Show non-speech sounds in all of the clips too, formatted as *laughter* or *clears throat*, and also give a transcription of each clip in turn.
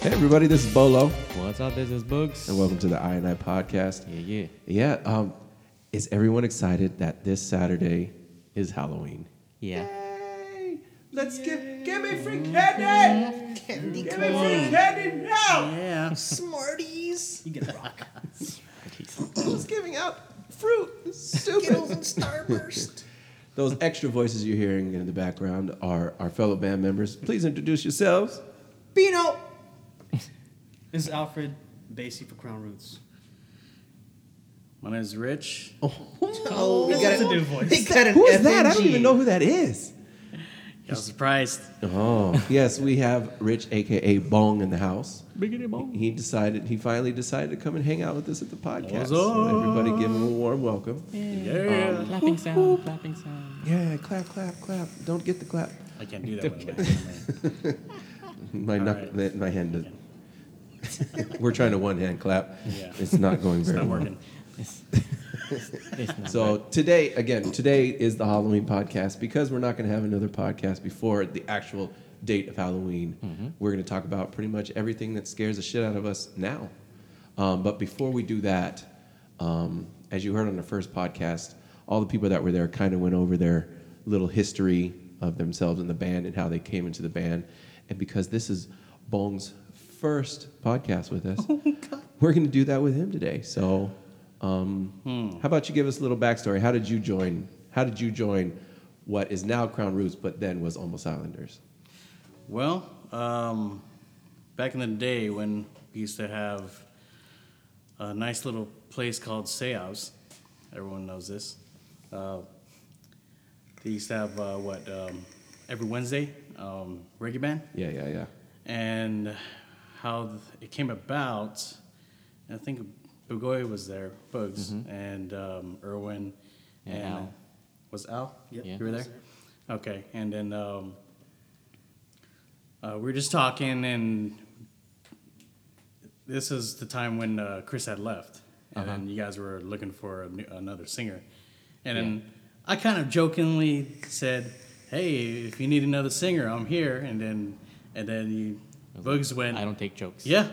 Hey everybody, this is Bolo, What's up? This is Books. and welcome to the I and I podcast. Yeah, yeah. Yeah, um, is everyone excited that this Saturday is Halloween? Yeah. Yay! Let's give give me free candy! Candy Give me free candy now! Yeah. Smarties! You get rock. Who's giving out fruit? Skittles and Starburst. Those extra voices you're hearing in the background are our fellow band members. Please introduce yourselves. Beano. This is Alfred Basie for Crown Roots. My name is Rich. Oh, we That's a new voice. They got an Who is that? I don't FNG. even know who that is. Y'all surprised? Oh, yes, we have Rich, aka Bong, in the house. He decided he finally decided to come and hang out with us at the podcast. What's So up? everybody give him a warm welcome. Yeah. Um, Clapping sound, clapping sound. Yeah, clap, clap, clap. Don't get the clap. I can't do that. One way. My All knuck- right. that- my hand does. *laughs* We're trying to one hand clap. Yeah. It's not going It's very not well. working. It's, it's not So today, again, today is the Halloween podcast because we're not going to have another podcast before the actual date of Halloween. We're going to talk about pretty much everything that scares the shit out of us now. Um, but before we do that, um, as you heard on the first podcast, all the people that were there kind of went over their little history of themselves and the band and how they came into the band. And because this is Bong's first podcast with us, we're going to do that with him today. So, um, Hmm. how about you give us a little backstory? How did you join? How did you join what is now Crown Roots, but then was Almost Islanders? Well, um, back in the day when we used to have a nice little place called Seos, everyone knows this. Uh, they used to have uh, what um, every Wednesday um, reggae band. Yeah, yeah, yeah. and how th- it came about. I think Bugoy was there, Bugs, and um, Irwin, Mm-hmm. And Al. Was Al? Yep, Yeah. you were there. Okay, and then um, uh, we were just talking, and this is the time when uh, Chris had left, and Uh-huh. then you guys were looking for a new, another singer, and then I kind of jokingly said, "Hey, if you need another singer, I'm here." And then, and then you, Bugs went, I don't take jokes. "Yeah,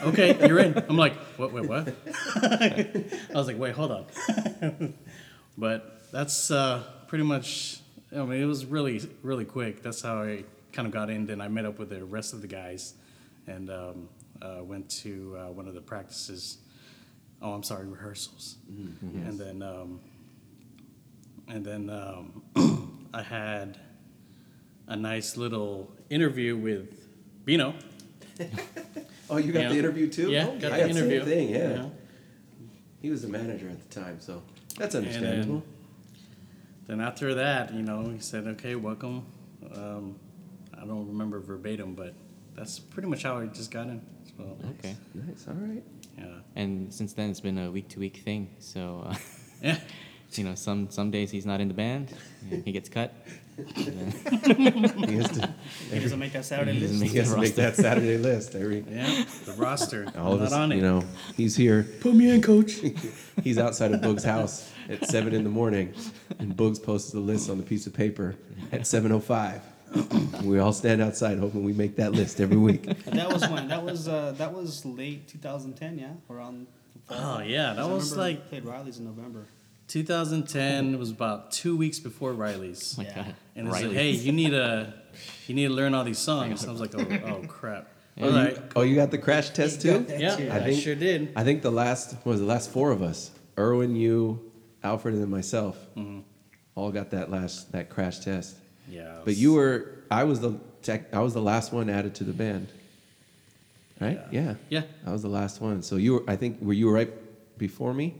okay, you're in." I'm like, "What? Wait, what?" I was like, "Wait, hold on." but that's uh, pretty much. I mean, it was really, really quick. That's how I kind of got in. Then I met up with the rest of the guys, and um, uh, went to uh, one of the practices. Oh, I'm sorry, rehearsals. And then, um, and then um, *clears throat* I had a nice little interview with Bino. Oh, you got Yeah. the interview too? Yeah, Oh, got I the same interview. thing, yeah. Yeah. He was the manager at the time, so that's then- understandable. Then after that, you know, he said, "Okay, welcome." Um, I don't remember verbatim, but that's pretty much how I just got in. So, Okay. nice, all right. yeah. And since then, it's been a week to week thing. So, uh, *laughs* Yeah. you know, some some days he's not in the band, and he gets cut. He has to, He doesn't make that Saturday He doesn't list. make he has the to make roster. that Saturday list every. *laughs* Yeah, the roster. All I'm of not us, on it. you know, he's here. Put me in, coach. *laughs* He's outside of Boog's house at seven in the morning, and Boogs posts the list on a piece of paper at seven o five. We all stand outside hoping we make that list every week. that was when that was uh, that was late 2010, yeah, around. the fall. Oh, yeah, that 'Cause I was remember we like- played Riley's in November. 2010 was about two weeks before Riley's. Oh my Yeah. God. and it's like, Riley. hey, you need to, you need to learn all these songs. I was like, oh, oh crap. Oh, All right. you, oh, you got the crash test You too? got that Yeah, too. I, I think- sure did. I think the last what was the last four of us, Erwin, you, Alfred, and then myself, all got that last that crash test. Yeah. But you were I was the tech, I was the last one added to the band. Right? Yeah. Yeah. I was the last one. So you were I think were you right before me?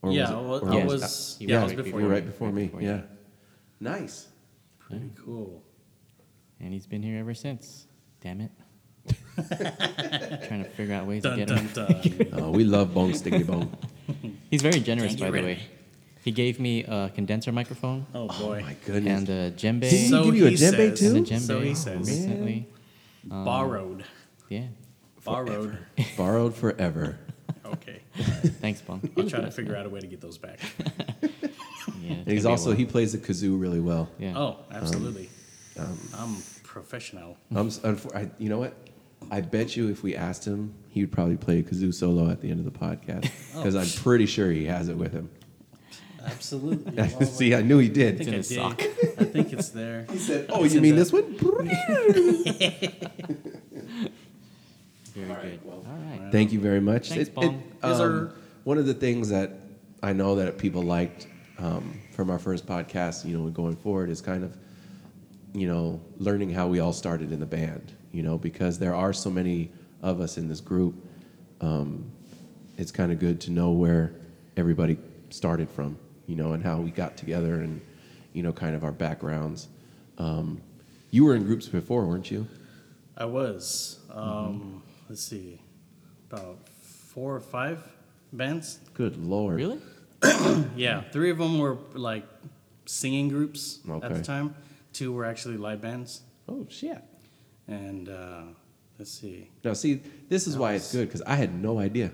Or Yeah, I wa- I was- was. you Yeah, were I was right you before were you. right before me. before you. yeah. Nice. *laughs* Pretty cool. And he's been here ever since. Damn *laughs* it. trying to figure out ways to Dun get him. dun *laughs* dun. Oh, we love Bone Sticky Bone. He's very generous, Thank you, by the Randy. way. He gave me a condenser microphone Oh boy. My goodness. and uh, a djembe. Did he So give you a he djembe says- too? Um, and a djembe So he says. recently. Borrowed. Yeah. Borrowed. Borrowed *laughs* forever. Okay. Thanks, Bong. *laughs* I'll try to figure out a way to get those back. Yeah, it's And he's gonna be a also while. he plays the kazoo really well. *laughs* Yeah. um, Oh, absolutely. I'm professional. I'm, s- unfor- I, you know what? I bet you if we asked him, he would probably play a kazoo solo at the end of the *laughs* podcast Oh. because I'm pretty sure he has it with him. *laughs* Absolutely. See, I knew he I did. think I It's in did. I think it's there. *laughs* He said, "Oh, It's you in mean the- this one?" *laughs* *laughs* Very good. All right. Thank you very much. Thanks, Bong. Yes, sir. um, one of the things that I know that people liked um, from our first podcast, you know, going forward, is kind of, you know, learning how we all started in the band. You know, because there are so many of us in this group, um, it's kind of good to know where everybody started from. You know, and how we got together, and you know, kind of our backgrounds. Um, you were in groups before, weren't you? I was. Mm-hmm. Um, Let's see, about four or five bands. Good lord! Really? Yeah, three of them were like singing groups at Okay. the time. Two were actually live bands. Oh shit! And uh, let's see, No, see, this is why it's good because I had no idea.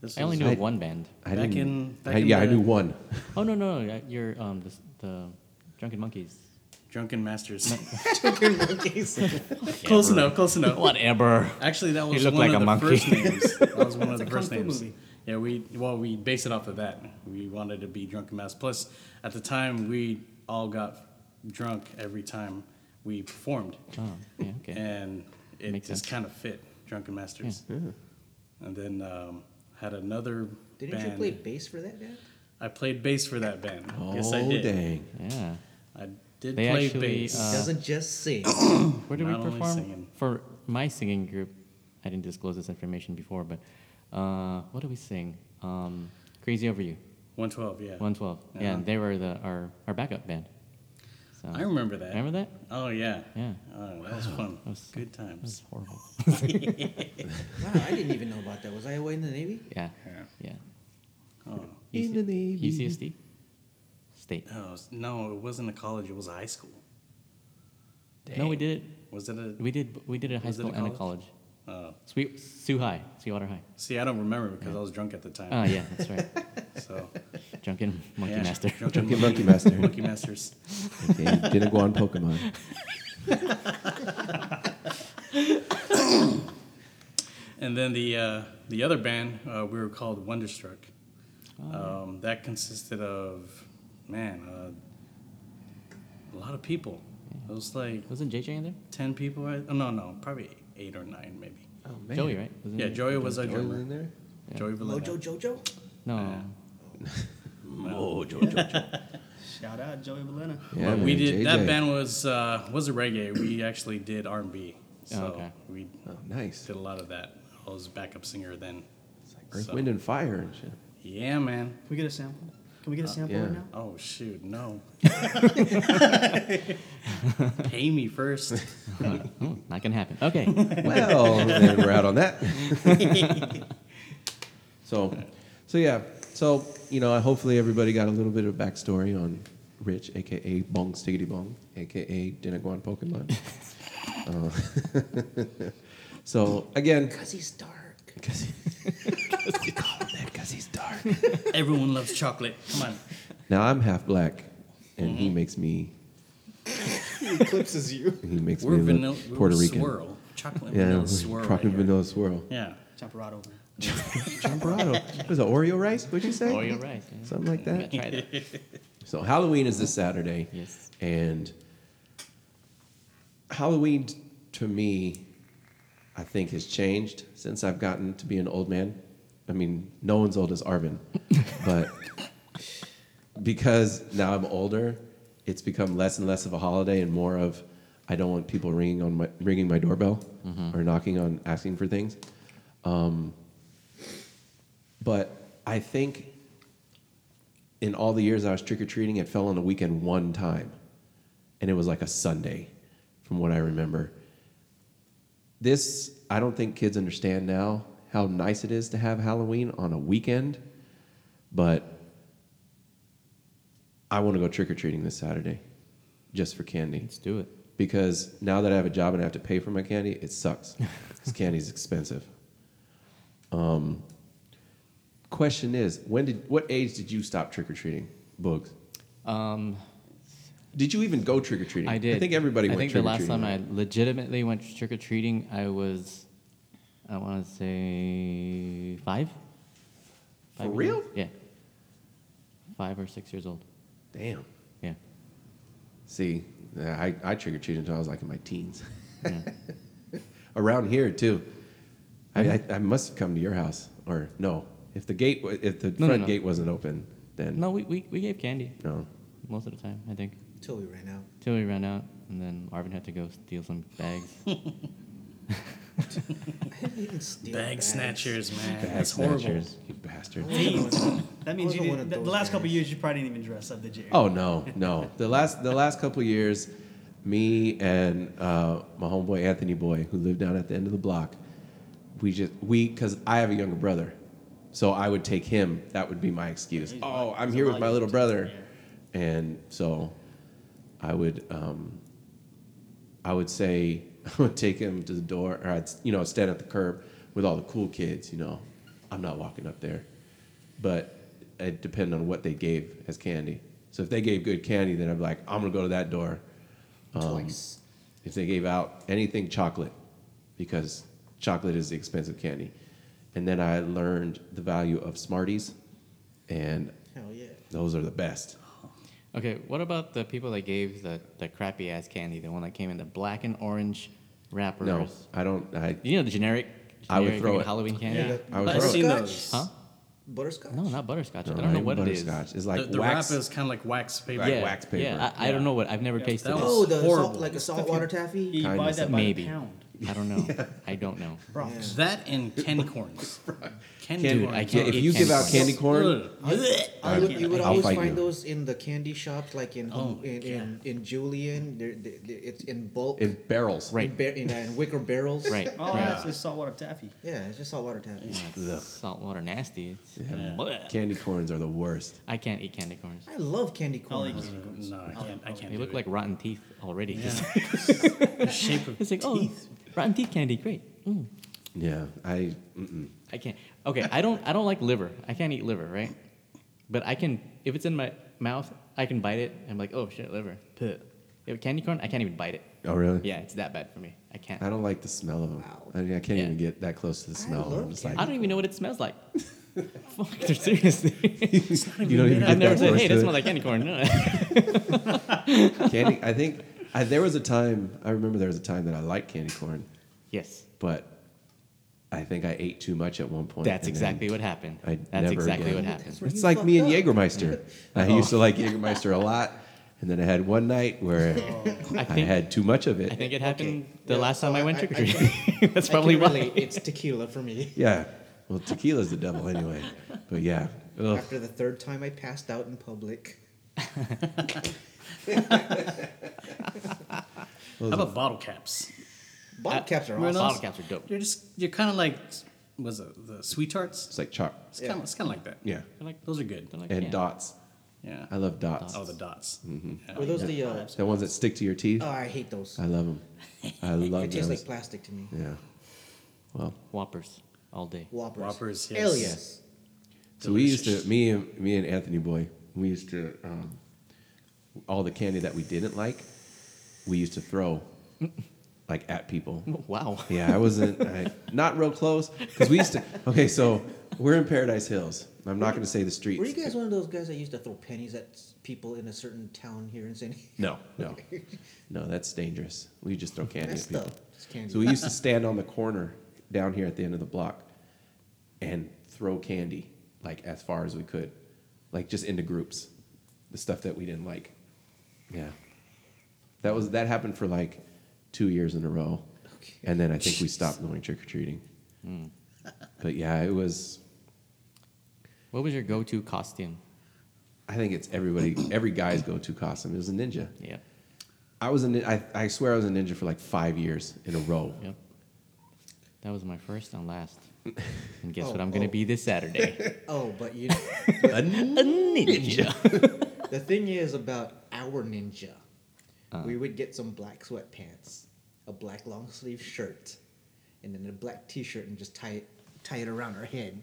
this I only was- knew of one band. I Back didn't. in- back I, in yeah, I the- knew one. Oh no no, no, you're um the, the Drunken Monkeys. *laughs* Drunken Masters. *laughs* close enough. Close enough. Whatever. Actually, that was looked one like of a the monkey. first *laughs* names. That was one of the a first kung fu names. movie. Yeah, we well we based it off of that. We wanted to be drunken mass. Plus, at the time, we all got drunk every time we performed, Oh yeah okay. and it Makes sense. just Uh-huh. kind of fit drunken masters. And then um, had another Didn't band. you play bass for that band? I played bass for that band. Oh yes, I did. dang! yeah. I did They play actually, bass. Uh, Doesn't just *coughs* sing. Where did we Not only perform? singing. For my singing group, I didn't disclose this information before, but uh, what did we sing? Um, Crazy Over You, 112. Yeah. 112. Yeah, Uh-huh. and they were the our, our backup band. So, I remember that. uh, remember that? Oh yeah. Yeah. Oh, that was fun. was- Good It was times. horrible. Wow, I didn't even know about that. Was I away in the Navy? yeah. Yeah. Yeah. E Oh. In the Navy. UCSD? State. No, it was- no, it wasn't a college. It was a high school. No, we did it. Was it a? We did we did it at high Was it school a and a college? college. Oh, Sweet Sioux High, Sweetwater *laughs* High. see, I don't remember because I was drunk at the time. Oh yeah, that's right. So *laughs* Drunken Monkey yeah, Master. drunken Drunken Monkey Master. Monkey Masters. Okay, you didn't go on Pokemon. *laughs* And then the uh, the other band uh, we were called Wonderstruck. Oh. um, that consisted of man, uh, a lot of people. It was like *laughs* Wasn't JJ in there? ten people. I, oh no, no, probably eight or nine, maybe. Oh man! Joey, right? Wasn't Yeah, he- Joey was our Joey was drummer. in there. Joey Valletta. Mojo Jojo? No. *laughs* Oh, *laughs* Joey, Joey, Joey. Shout out Joey Valena. Yeah, but man, we did that JJ. band was uh, was a reggae. We actually did R and B. So okay. we Oh, nice. did a lot of that. I was backup singer then. Earth, so- Wind, and Fire and shit. Yeah, man. Can we get a sample? Can we get a sample yeah. right now? Oh *laughs* shoot, no. Pay me first. Hmm, not gonna happen. *laughs* Okay. Well, then we're out on that. so, so yeah. So you know, hopefully everybody got a little bit of backstory on Rich, aka Bong Stiggity Bong, aka Didn't Go on Pokemon. *laughs* Uh, *laughs* so again, Because he's dark. because he's dark. Everyone loves chocolate. Come on. Now I'm half black, and he Mm-hmm. makes me. Eclipses you. *laughs* He makes We're me vanilla look Puerto Rican. swirl. Chocolate Yeah, vanilla chocolate swirl. right here. vanilla swirl. Yeah. Chaparado. Champerado. was it Oreo rice? What'd you say? oh, you're right. Yeah. Something like that. Try *laughs* that. So Halloween is this Saturday. Yes. And Halloween t- to me, I think has changed since I've gotten to be an old man. I mean, no one's old as *laughs* Arvin, but because now I'm older, it's become less and less of a holiday and more of I don't want people ringing on my ringing my doorbell or knocking on asking for things. Um, But I think in all the years I was trick or treating, it fell on a weekend one time. And it was like a Sunday, from what I remember. This, I don't think kids understand now how nice it is to have Halloween on a weekend, but I want to go trick or treating this Saturday just for candy Let's do it. because now that I have a job and I have to pay for my candy, it *laughs* sucks. Because candy's expensive. Um, question is, when did what age did you stop trick or treating, Boogs? Um, Did you even go trick or treating? I did. I think everybody I went think the trick or last treating. time I legitimately went trick or treating, I was, I want to say five. For years- real? Yeah. Five or six years old. Damn. *laughs* Yeah. See, I, I trick or treated until I was like in my teens. *laughs* Around here too. I, I, I must have come to your house, or no? If the gate, wa- if the no, front no. gate wasn't open, then No, we, we, we gave candy no. most of the time, I think. Till we ran *laughs* out. Till we ran out, and then Arvin had to go steal some bags. I didn't even steal Bag bags. snatchers, man. Bag That's horrible. snatchers, you bastard. That means Wasn't you one did, of the, the those last couple guys. years you probably didn't even dress up, did you? Eric? Oh no, no. The last the last couple years, me and uh, my homeboy Anthony Boy, who lived down at the end of the block, we just we because I have a younger brother, so I would take him. That would be my excuse. he's a Oh, lot- I'm he's a here with lot my little younger than brother, and so I would um, I would say *laughs* I would take him to the door, or I'd you know stand at the curb with all the cool kids. You know, I'm not walking up there, but it depended on what they gave as candy. So if they gave good candy, then I'm like, I'm gonna go to that door. Um, Twice. If they gave out anything chocolate, because chocolate is the expensive candy, and then I learned the value of Smarties, and Hell yeah. those are the best. Okay, what about the people that gave the, the crappy ass candy, the one that came in the black and orange wrappers? No, I don't. I You know the generic, generic I would throw it. Halloween candy? Yeah. I was I've wrong. seen Butterscotch? those. Huh? Butterscotch? No, not butterscotch. no, I don't know ain't what it butterscotch. is. It's like the, the wax. wrap is kind of like wax paper. Like yeah, wax paper. Yeah, I, I don't know what. I've never tasted that it. was- Oh, the salt, horrible. like a saltwater taffy? you Kinda buy that by Maybe. the pound. I don't *laughs* know. I don't know. Bro, Yeah. That and Ken *laughs* corns. Ken Candy- corns. I Yeah, can't if eat you give out candy candy corn, Ugh. I, I I would, can't- you would I'll always fight find you. those in the candy shops, like in Oh, in, in, in Julian. They're, they they it's in bulk, in in, barrels. Right. ba- in, uh, in wicker barrels. Right. all right. Oh, that's is saltwater taffy. Yeah, it's just saltwater taffy. Saltwater nasty. It's, Yeah. Blech. Candy corns are the worst. I can't eat candy corns. I love candy I'll corn. eat No, I can't. I can't. They do look it. like rotten teeth already. *laughs* the shape *laughs* of it's like, oh, rotten teeth candy, great. Mm. Yeah, I. Mm-mm. I can't. Okay, I don't. I don't like liver. I can't eat liver, right? But I can. If it's in my mouth, I can bite it. I'm like, oh shit, liver. Puh. If candy corn, I can't even bite it. Oh really? Yeah, it's that bad for me. I can't. I don't like the smell of them. I, mean, I can't Yeah. even get that close to the smell. love I'm just candy. like, I don't even know what it smells like. *laughs* Fuck, dude, seriously. *laughs* you don't even. I've get never that said, close hey, to that it. smells like candy corn. *laughs* No. candy. I think I, there was a time. I remember there was a time that I liked candy corn, yes, but I think I ate too much at one point. that's and then exactly what happened. I that's never exactly again. what happened. where It's you like me and fucked up. Jägermeister. I used to like Jägermeister a lot, and then I had one night where I I think- had too much of I *laughs* it. think it happened Okay. the Yeah, last so time I, I- went I- trick or I *laughs* treating. that's I probably can why. relate. It's tequila for me. Yeah. Well, tequila's the devil anyway. But yeah. *laughs* Ugh. After the third time I passed out in public. How about bottle caps? Bottle caps are We're awesome. not- Bottle caps are dope. They're just you're kind of like was it the sweet tarts? It's like chalk. It's kind of it's kind of like that. Yeah. They're like, Those are good. they're like, And yeah. dots. Yeah. I love dots. Mm-hmm. Oh, the dots. Yeah. Were those the? Uh, The ones that stick to your teeth. oh, I hate those. I love them. I They love taste those. like plastic to me. yeah. Well, Whoppers all day. Whoppers. Whoppers, yes. Hell yes. so we used to, me and me and Anthony Boy, we used to, um, all the candy that we didn't like, we used to throw, like at people. Wow. Yeah, I wasn't I, not real close because we used to. Okay, so we're in Paradise Hills. I'm not going to say the streets. Were you guys one of those guys that used to throw pennies at s- people in a certain town here in San *laughs* Diego? No, no, no. That's dangerous. We just throw candy That's at people. the it's candy. So we used to stand on the corner down here at the end of the block and throw candy like as far as we could, like just into groups, the stuff that we didn't like. Yeah, that was that happened for like two years in a row, Okay. and then I think we stopped going trick or treating. Hmm. But yeah, it was. What was your go-to costume? I think it's everybody, every guy's go-to costume is a ninja. Yeah. I was a, nin- I, I swear I was a ninja for like five years in a row. Yep. That was my first and last. And *laughs* guess Oh, what I'm going to oh. be this Saturday? oh, but you. A ninja. the thing is about our ninja, Uh. we would get some black sweatpants, a black long sleeve shirt, and then a black T-shirt, and just tie it tie it around our head.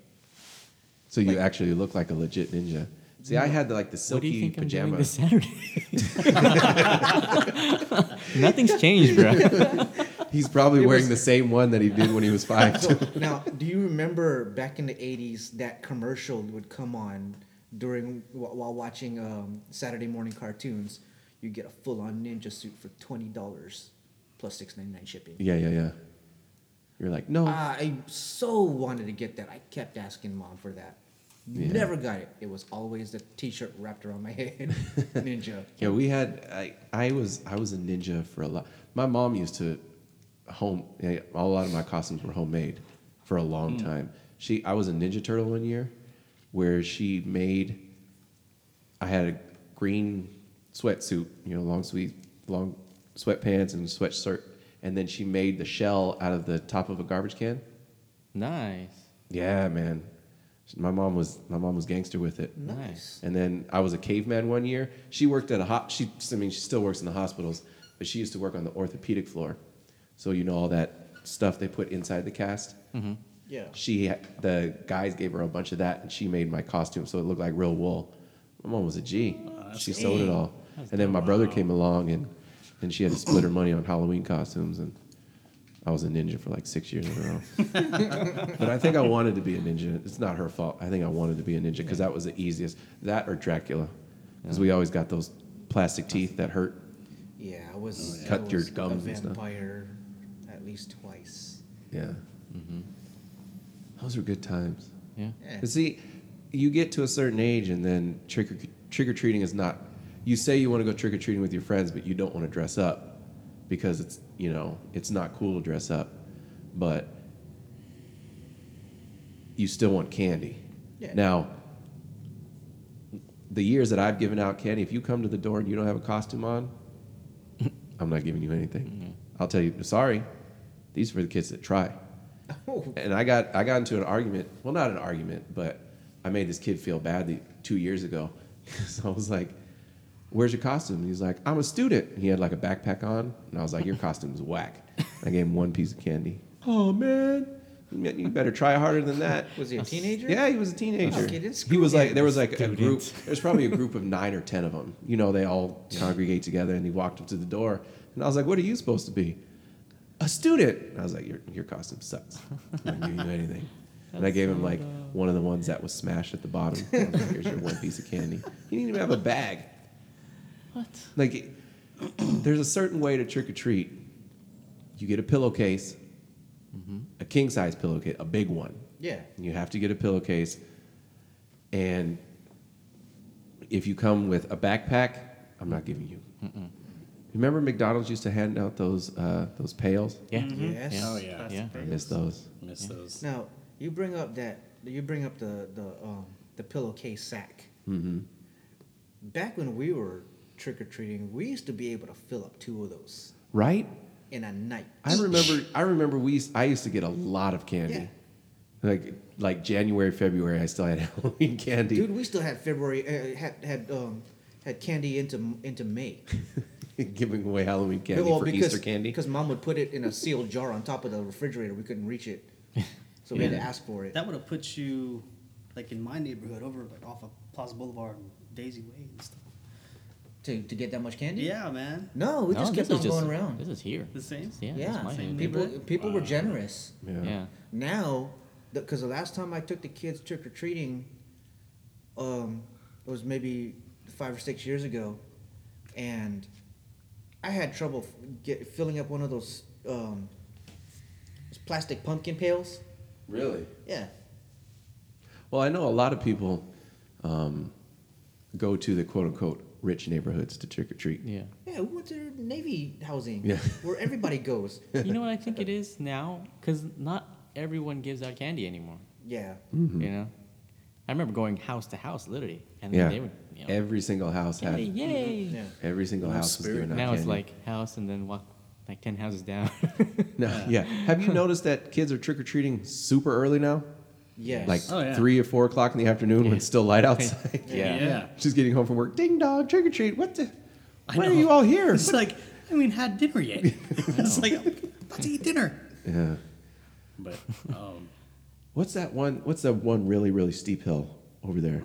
So you actually look like a legit ninja. See, I had the, like the What do you silky think I'm pajama. doing *laughs* this Saturday? *laughs* Nothing's changed, *laughs* bro. He's probably It wearing was- the same one that he did when he was *laughs* five. So now, do you remember back in the '80s that commercial would come on during wh- while watching um, Saturday morning cartoons? You get a full-on ninja suit for twenty dollars plus six ninety-nine shipping. yeah, yeah, yeah. You're like, no, Ah, I so wanted to get that. I kept asking mom for that. Never got it. It was always the T-shirt wrapped around my *laughs* head, ninja. Yeah, we had. I, I was I was a ninja for a lot. My mom used to home. A lot of my costumes were homemade for a long time. She I was a Ninja Turtle one year, where she made. I had a green sweatsuit, you know, long sleeve, long sweatpants and sweatshirt, and then she made the shell out of the top of a garbage can. Nice. Yeah, man. My mom was my mom was gangster with it. Nice. And then I was a caveman one year. She worked at a hot. She, I mean, she still works in the hospitals, but she used to work on the orthopedic floor. So you know all that stuff they put inside the cast. Mm-hmm. Yeah. She, the guys gave her a bunch of that, and she made my costume so it looked like real wool. My mom was a G. she sold it all. And then my brother came along, and and she had to split her money on Halloween costumes, and I was a ninja for like six years in a row. *laughs* But I think I wanted to be a ninja. It's not her fault. I think I wanted to be a ninja because that was the easiest. That or Dracula, because we always got those plastic teeth that hurt. Yeah, I was I Oh, Cut your was gums a and stuff. vampire at least twice. Yeah. Mm-hmm. Those were good times. Yeah. Yeah. But See, you get to a certain age, and then trick or trick or treating is not. You say you want to go trick or treating with your friends, but you don't want to dress up because it's you know it's not cool to dress up, but you still want candy. Yeah. Now, the years that I've given out candy, if you come to the door and you don't have a costume on, *laughs* I'm not giving you anything. Mm-hmm. I'll tell you, sorry, these are for the kids that try *laughs* Oh, and I got I got into an argument. Well, not an argument, but I made this kid feel bad the, two years ago. *laughs* so I was like, "Where's your costume?" And he's like, "I'm a student." And he had like a backpack on, and I was like, "Your costume's whack." I gave him one piece of candy. Oh man, you better try harder than that. was he a teenager? Yeah, he was a teenager. Okay, then he screw was like him. there was like a group. Student. There's probably a *laughs* group of nine or ten of them. You know, they all congregate together, and he walked up to the door, and I was like, "What are you supposed to be?" A student. And I was like, "Your your costume sucks. I'm not giving *laughs* you anything." And I gave him like one of the ones that was smashed at the bottom. I was like, Here's your one piece of candy. He didn't even have a bag. What? Like, *clears throat* it- there's a certain way to trick or treat. You get a pillowcase, Mm-hmm. a king size pillowcase, a big one. Yeah. And You have to get a pillowcase. And if you come with a backpack, I'm not giving you. Remember McDonald's used to hand out those uh, those pails? Yeah. Mm-hmm. Yes. Yeah. Oh yeah, That's Yeah. I big. miss those. miss those. Now you bring up that you bring up the the um, the pillowcase sack. Mm-hmm. Back when we were trick or treating, we used to be able to fill up two of those Right? in a night. I remember I remember we used, I used to get a lot of candy. Yeah. Like like January, February, I still had *laughs* Halloween candy. dude. We still had February uh, had had um had candy into into May. *laughs* Giving away Halloween candy for Easter candy. because mom would put it in a sealed jar on top of the refrigerator. We couldn't *laughs* reach it, so we had to Yeah. ask for it. That would have put you, like in my neighborhood, over like off of Plaza Boulevard and Daisy Way and stuff. to, to get that much candy? Yeah, man. No, we No, just kept this on is going just- around. This is here. The same? This is- Yeah. yeah, That's my hand. people people were generous. yeah. Yeah. Now, because the, last time I took the kids trick or treating, um, it was maybe five or six years ago, and I had trouble f- get, filling up one of those um, those plastic pumpkin pails. Really? Yeah, Well, I know a lot of people um, go to the quote unquote rich neighborhoods to trick or treat. *laughs* Yeah. yeah. We went to Navy housing, Yeah. *laughs* where everybody goes. you know what I think it is now? Because not everyone gives out candy anymore. Yeah, You know? I remember going house to house, literally. And Yeah. then they would, you know, Every single house candy, had. yay. yeah. Every single No house spirit. was doing that. Now it's candy. like house and then walk like 10 houses down. *laughs* No, yeah. Have you noticed that kids are trick or treating super early now? Yes. Like Oh, yeah. three or four o'clock in the afternoon when it's still light outside. Yeah. She's getting home from work. Ding dong, trick or treat. What the? I Why are know. you all here? It's like I mean, had *laughs* dinner yet? it's like I'm about to eat dinner. yeah. But um, What's that one? What's that one really really steep hill over there?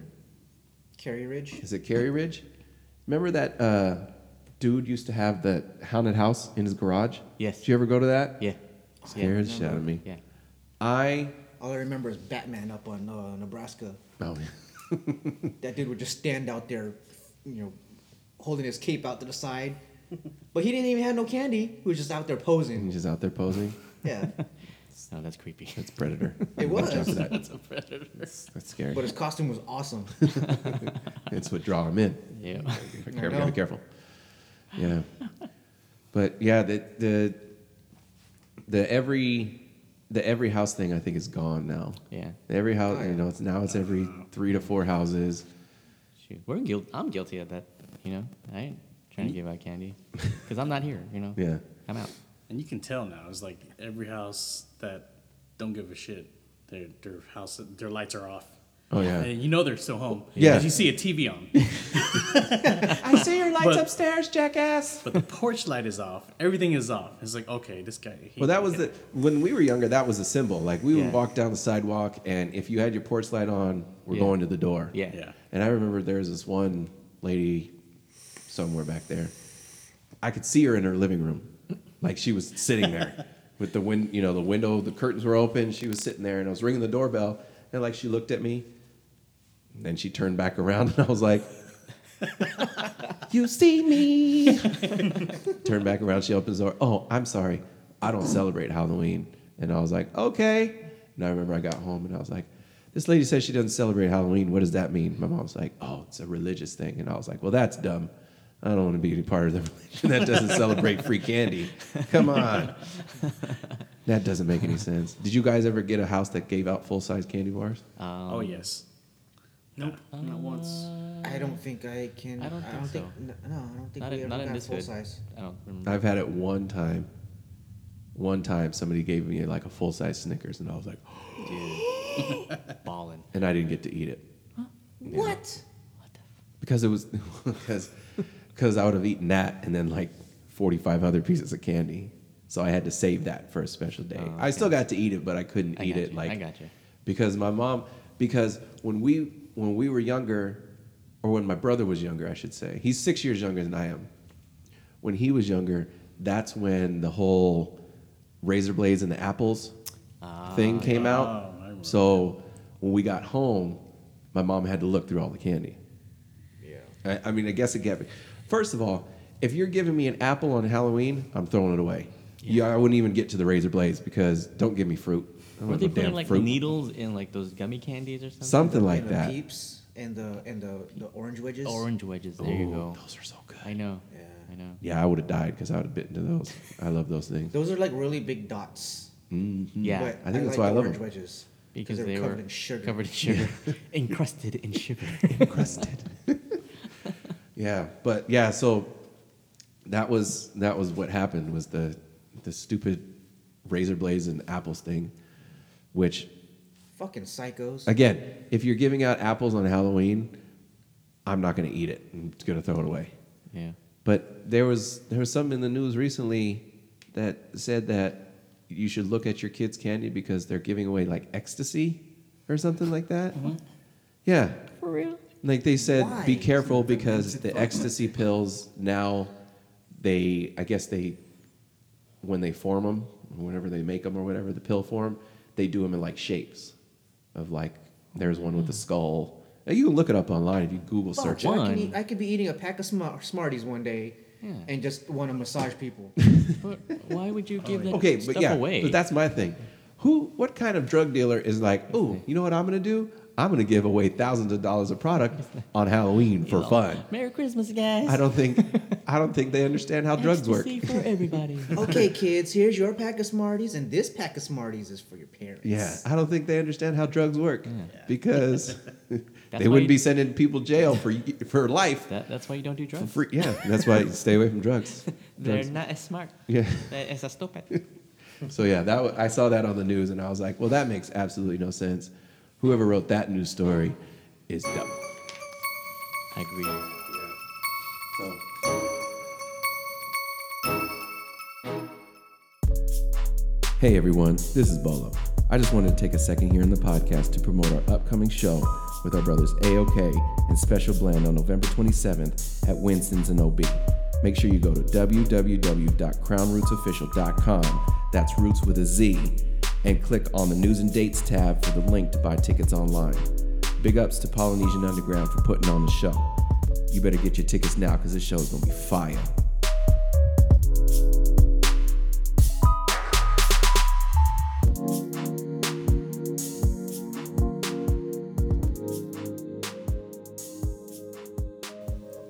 Carry Ridge. Is it Cary Ridge? Remember that uh, dude used to have that haunted house in his garage? Yes. Did you ever go to that? Yeah. Scared the shit out of me. Yeah. I. All I remember is Batman up on uh, Nebraska. Oh, *laughs* That dude would just stand out there, you know, holding his cape out to the *laughs* side. But he didn't even have no candy. He was just out there posing. he's just out there posing. Yeah, No, Oh, that's creepy. *laughs* That's Predator. it Watch out for was. that. That's a predator. That's scary. But his costume was *laughs* awesome. It's what draw him in. Yeah. Be I careful, gotta be know. careful. Yeah. but yeah, the the the every the every house thing I think is gone now. Yeah. Every house, Oh, yeah. you know, it's now it's every three to four houses. Shoot. We're guilt. I'm guilty of that. You know, I ain't trying to give out candy because I'm not here. You know. Mm-hmm. Yeah. I'm out. And you can tell now. It's like every house that don't give a shit. Their their house their lights are off. Oh, yeah. And you know they're still home. Yeah. 'cause you see a TV on, I see your lights But- upstairs, jackass. but the porch light is off. Everything is off. It's like okay, this guy. He, Well, that was the when we were younger. That was a symbol. Like we Yeah. would walk down the sidewalk, and if you had your porch light on, we're Yeah. going to the door. Yeah. Yeah. And I remember there was this one lady somewhere back there. I could see her in her living room, like she was sitting there with the wind. You know, the window, the curtains were open. She was sitting there, and I was ringing the doorbell, and like she looked at me, and then she turned back around, *laughs* and I was like. you see me. Turn back around. She opens the door. Oh, I'm sorry. I don't celebrate Halloween. And I was like, okay. And I remember I got home and I was like, this lady says she doesn't celebrate Halloween. What does that mean? My mom's like, oh, it's a religious thing. And I was like, well, that's dumb. I don't want to be any part of the *laughs* religion that doesn't celebrate free candy. Come on. That doesn't make any sense. Did you guys ever get a house that gave out full size candy bars? oh Um, yes. Nope, not once. Uh. I don't think I can. I don't think so. n- No, I don't think Not we in, ever not got in this full hood. size. I don't remember. I've had it one time. One time somebody gave me like a full size Snickers and I was like, *gasps* Ballin. and I didn't get to eat it What? because it was *laughs* because because I would have eaten that and then like 45 other pieces of candy. So I had to save that for a special day. Oh, I still got to eat it, but I couldn't I eat got it you. like I got you. because my mom because when we when we were younger or when my brother was younger, I should say. He's 6 years younger than I am. When he was younger, that's when the whole razor blades and the apples Ah, thing came out. Oh, I remember. So when we got home, my mom had to look through all the candy. Yeah. I, I mean, I guess it can't be. First of all, if you're giving me an apple on Halloween, I'm throwing it away. Yeah, I wouldn't even get to the razor blades because don't give me fruit. I don't Were want they no damn putting like fruit. needles in like those gummy candies or something? Something like and that. The peeps and the and the, the orange wedges. Orange wedges. There you Ooh, go. Those are so good. I know. Yeah. I know. Yeah, I would have died because I would have bitten to those. I love those things. Those are like really big dots. Yeah. But I think like that's why I the love orange 'em. wedges because they're they covered were in sugar. *laughs* covered in sugar, encrusted in sugar. Yeah, but yeah, so that was that was what happened was the the stupid razor blades and apples thing, which Fucking psychos. Again, if you're giving out apples on Halloween, I'm not going to eat it. I'm just going to throw it away. yeah. But there was there was something in the news recently that said that you should look at your kids' candy because they're giving away like ecstasy or something like that. Yeah, For real? like they said, be Why? careful because the *laughs* ecstasy pills now they I guess they when they form them, whenever they make them or whatever the pill form, they do them in like shapes of like there's one with a skull. Now, you can look it up online if you Google Mm. Fuck, search I, it. One. can eat, I could be eating a pack of Smar- Smarties one day Yeah. and just want to massage people. But Why would you give that Okay, stuff but yeah, away? but that's my thing. Who? What kind of drug dealer is like? Oh, you know what I'm gonna do? I'm gonna give away thousands of dollars of *laughs* product on Halloween for Well, fun. Merry Christmas, guys. I don't *laughs* think I don't think they understand how drugs work. Ecstasy for *laughs* everybody. okay, kids, here's your pack of Smarties, and this pack of Smarties is for your parents. *laughs* Yeah, I don't think they understand how drugs work *laughs* because *laughs* they why wouldn't you- be sending people jail for y- for life. that, that's why you don't do For drugs. free. Yeah, that's why you stay away from drugs. *laughs* They're drugs. not as smart. *laughs* Yeah. They're as stupid. So yeah, that wa- I saw that on the news and I was like, well, that makes absolutely no sense. Whoever wrote that news story is dumb. I agree. So Hey everyone, this is Bolo. I just wanted to take a second here in the podcast to promote our upcoming show with our brothers AOK and Special Blend on November 27th at Winston's and OB. Make sure you go to www.crownrootsofficial.com, that's Roots with a Z, and click on the News and Dates tab for the link to buy tickets online. Big ups to Polynesian Underground for putting on the show. You better get your tickets now because this show is going to be fire.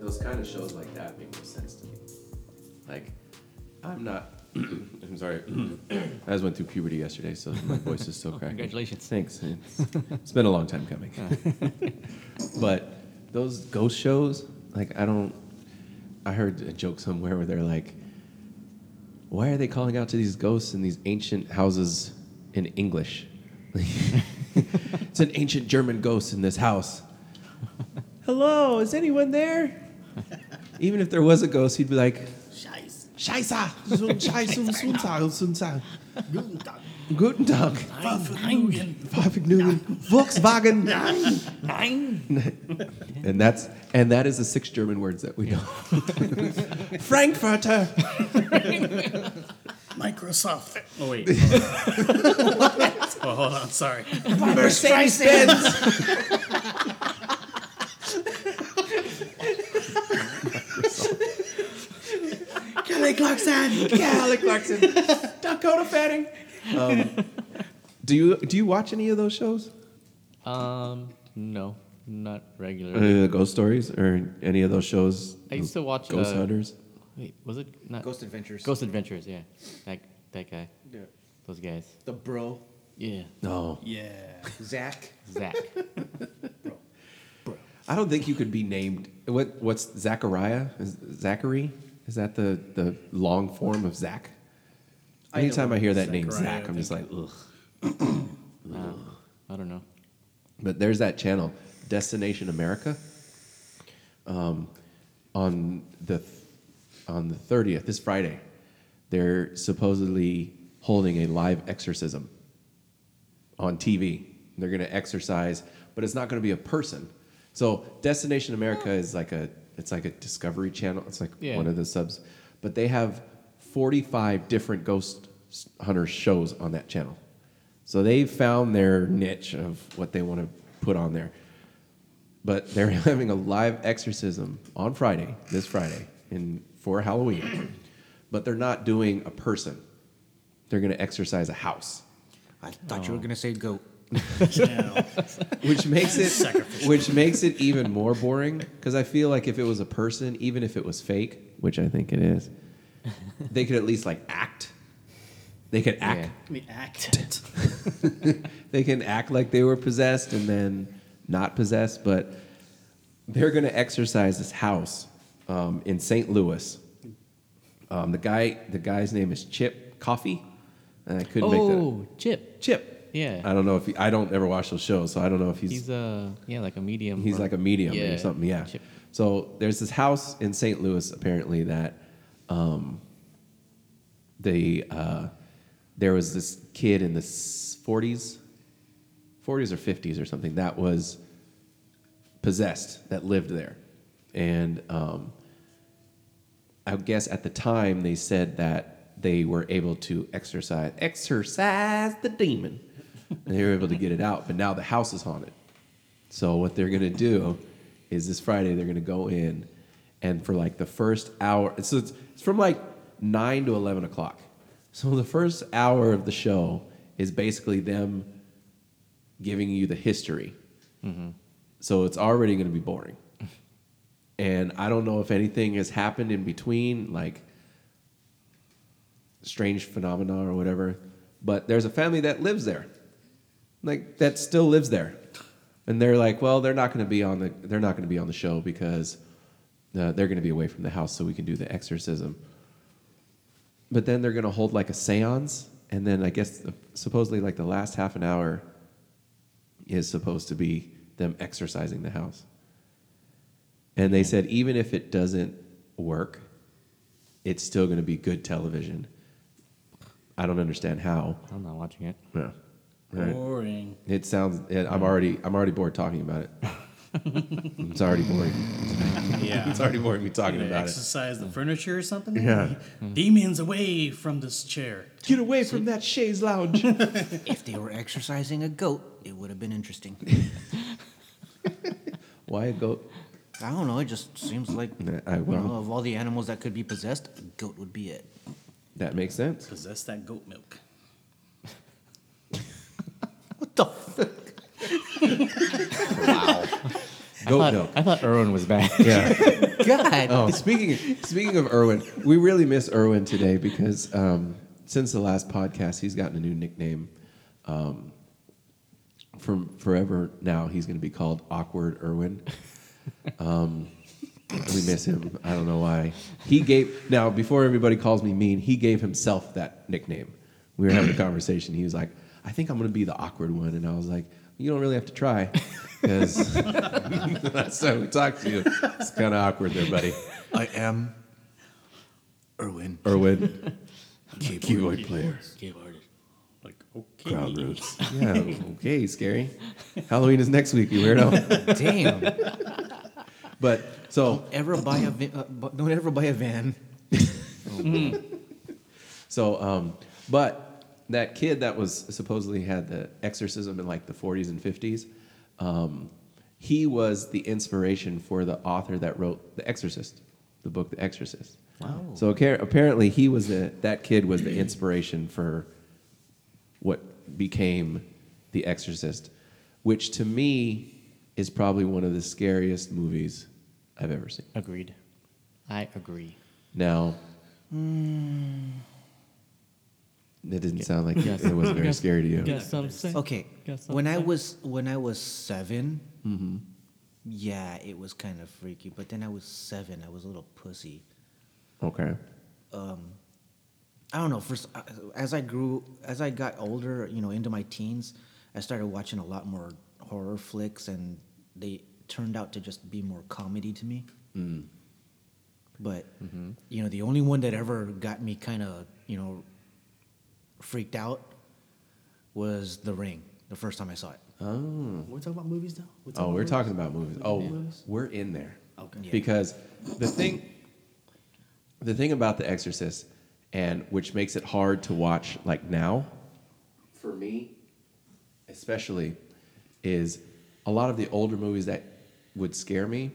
those kind of shows like that make no sense to me. Like, I'm not. *clears throat* I'm sorry. *clears throat* I just went through puberty yesterday, so my voice is still cracking. congratulations. Thanks. It's- it's been a long time coming. *laughs* but those ghost shows, like, I don't. I heard a joke somewhere where they're like, why are they calling out to these ghosts in these ancient houses in English? *laughs* it's an ancient German ghost in this house. Hello, is anyone there? Even if there was a ghost, he'd be like, Scheiße. Scheiße, *laughs* Sun- Scheiße, Sun- Sun- Sun- Sun- Guten Tag. Guten Tag, Vergnügen, *laughs* Volkswagen. *laughs* And that's and that is the six German words that *laughs* we know. Frankfurter. Microsoft. *laughs* Oh wait. Hold on. oh, hold on. Sorry. Mercedes Kelly Clarkson. Yeah, Alec *laughs* Clarkson, Dakota Fanning. Um, do you do you watch any of those shows? Um, no, not regularly. Any of the ghost stories or any of those shows? I used to watch Ghost uh, Hunters. Wait, was it not Ghost Adventures. Ghost Adventures? Yeah, that that guy, Yeah. those guys. The bro, Yeah, No, Yeah. *laughs* Zach. *laughs* Zach. I don't think you could be named. What what's Zachariah? Is Zachary? Is that the the long form of Zach? I know. Anytime I, hear that name Zachariah, Zach, I I'm just like ugh. um, I don't know. But there's that channel, Destination America. Um, on the on the thirtieth, this Friday, they're supposedly holding a live exorcism on TV. They're going to exercise, but it's not going to be a person. So Destination America is like a it's like a Discovery Channel. It's like Yeah. one of the subs, but they have 45 different ghost hunter shows on that channel. So they found their niche of what they want to put on there. But they're *laughs* having a live exorcism on Friday, this Friday, in for Halloween. *clears throat* But they're not doing a person. They're going to exercise a house. *laughs* I thought Oh. you were gonna say goat. which makes it which makes it even more boring because I feel like if it was a person, even if it was fake, which I think it is, *laughs* they could at least like act. They could act. We *laughs* act. They can act like they were possessed and then not possessed, but they're going to exercise this house um, in St. Louis. Um, the guy, the guy's name is Chip Coffee, and I couldn't make that. Oh, Chip. Chip. Yeah. I don't know if he, I don't ever watch those shows, so I don't know if He's uh yeah like a medium. He's or- like a medium Yeah, or something, yeah. Chip. So there's this house in St. Louis apparently that um, they uh, there was this kid in the s- 40s, 40s or 50s or something that was possessed that lived there, and um, I guess at the time they said that they were able to exercise exercise the demon. And they were able to get it out, but now the house is haunted. So what they're gonna do is this Friday they're gonna go in, and for like the first hour, so it's, it's from like nine to eleven o'clock. So the first hour of the show is basically them giving you the history. So it's already gonna be boring. And I don't know if anything has happened in between, like strange phenomena or whatever. But there's a family that lives there, like that still lives there, and they're like, well, they're not going to be on the they're not going to be on the show because uh, they're going to be away from the house, so we can do the exorcism. But then they're going to hold like a séance, and then I guess supposedly like the last half an hour is supposed to be them exercising the house. And they said even if it doesn't work, it's still going to be good television. I don't understand how. I'm not watching it. Yeah. Right. Boring. It sounds. It, I'm already. I'm already bored talking about *laughs* it. it's already boring. Yeah. It's already boring me talking Gonna about it. exercise the furniture or something? Yeah. Demons away from this chair. Get away from that chaise *laughs* lounge. If they were exercising a goat, it would have been *laughs* interesting. Why a goat? I don't know. It just seems like Nah, I I don't will. know, of all the animals that could be possessed, a goat would be *laughs* it. That makes sense. Possess that goat milk. What the fuck? Goat I thought, milk. I thought Irwin was bad. *laughs* *laughs* Yeah. God. Oh, speaking speaking of Irwin, we really miss Irwin today because um, since the last podcast, he's gotten a new nickname. Um, from forever now, he's going to be called Awkward Irwin. Um, we miss him. I don't know why. He gave now before everybody calls me mean. He gave himself that nickname. We were having a conversation. He was like, "I think I'm going to be the awkward one," and I was like, "You don't really have to try." *laughs* Because last time we talked to you, it's kind of awkward there, buddy. I am Erwin, Irwin, keyboard, player, Like, okay. Ground Roots. yeah, okay, scary. Halloween is next week, you weirdo. Damn. But so, Ever buy a van, uh, bu- don't ever buy a van. so, um, but that kid that was supposedly had the exorcism in like the 40s and 50s, um, he was the inspiration for the author that wrote The Exorcist, the book The Exorcist. Wow. So appa- apparently, he was the that kid was the inspiration for what became The Exorcist, which to me is probably one of the scariest movies I've ever seen. Agreed. I agree. Now, that didn't sound like Yes. it was very Yes. scary to you. Got some sense. Okay. Got some When I sense. was when I was 7 yeah, it was kind of freaky. But then I was seven. I was a little pussy. Okay. I don't know. First, uh, as I grew, as I got older, you know, into my teens, I started watching a lot more horror flicks, and they turned out to just be more comedy to me. But you know, the only one that ever got me kind of you know freaked out was The Ring. The first time I saw it. We're talking about movies now. Oh, We're about we're movies? talking about movies. Oh, Movies? we're in there. Okay. Yeah. Because the thing, the thing about The Exorcist, and which makes it hard to watch like now, for me, especially, is a lot of the older movies that would scare me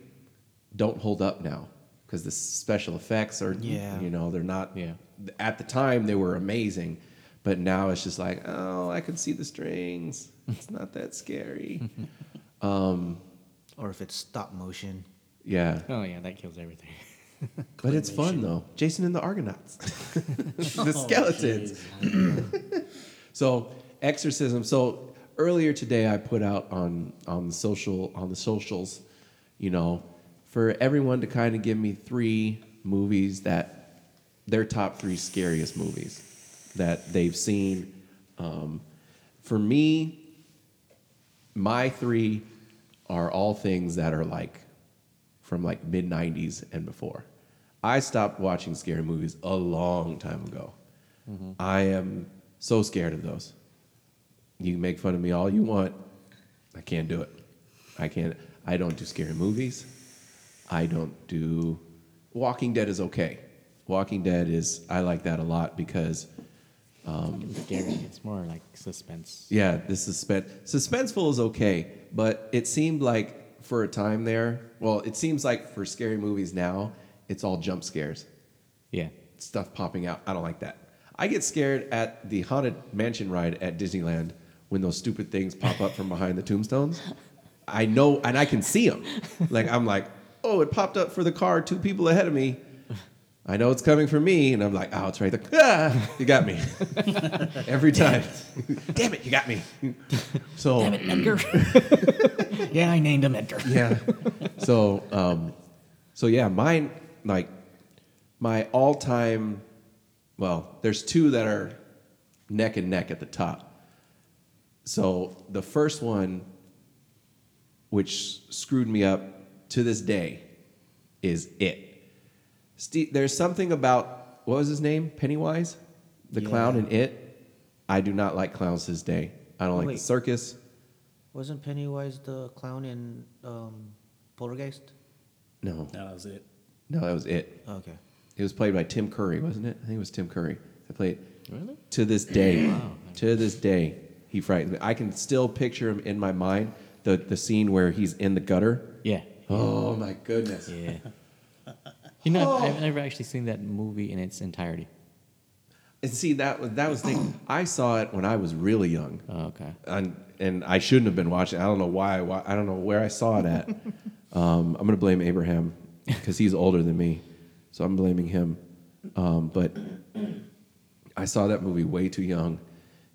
don't hold up now because the special effects are, Yeah. you know, they're not. Yeah. At the time, they were amazing, but now it's just like, oh, I can see the strings. It's not that *laughs* scary. Or if it's stop *clears throat* motion. Yeah. Oh yeah, that kills everything. *laughs* But it's fun though. Jason and the Argonauts, *laughs* the skeletons. *laughs* so exorcism. So earlier today, I put out on on the social on the socials, you know, for everyone to kind of give me three movies that their top three scariest movies that they've seen. Um, for me, my three are all things that are like from like mid 90s and before. I stopped watching scary movies a long time ago. I am so scared of those. You can make fun of me all you want. I can't do it. I can't. I don't do scary movies. I don't do. Walking Dead is okay. Walking Dead is. I like that a lot because It's scary. It's more like suspense. yeah, the suspense suspenseful is okay, but it seemed like for a time there, well, it seems like for scary movies now, it's all jump scares, Yeah. stuff popping out. I don't like that. I get scared at the haunted mansion ride at Disneyland when those stupid things pop up from behind the tombstones. I know, and I can see them. Like I'm like, oh, it popped up for the car two people ahead of me. I know it's coming for me, and I'm like, oh, it's right there. Ah, you got *laughs* me every time. *laughs* Damn it, you got me. So *laughs* Yeah, I named him Edgar. yeah. *laughs* So, um, so yeah, mine like my all-time. Well, there's two that are neck and neck at the top. So the first one, which screwed me up to this day, is it. Steve, there's something about what was his name, Pennywise, the clown in it. I do not like clowns to this day. I don't like Wait. the circus. Wasn't Pennywise the clown in um, Poltergeist? Oh, No, That was it. no, that was it. Okay. It was played by Tim Curry, wasn't it? I think it was Tim Curry. I played. Really? To this day, to this day, he frightens me. I can still picture him in my mind. The the scene where he's in the gutter. Yeah. Oh my goodness. Yeah. you know, I've, I've never actually seen that movie in its entirety. And see that was that was the thing. I saw it when I was really young. Oh, okay. and and I shouldn't have been watching. I don't know why. why I don't know where I saw it at. um, I'm gonna blame Abraham because he's older than me, so I'm blaming him. Um, but I saw that movie way too young,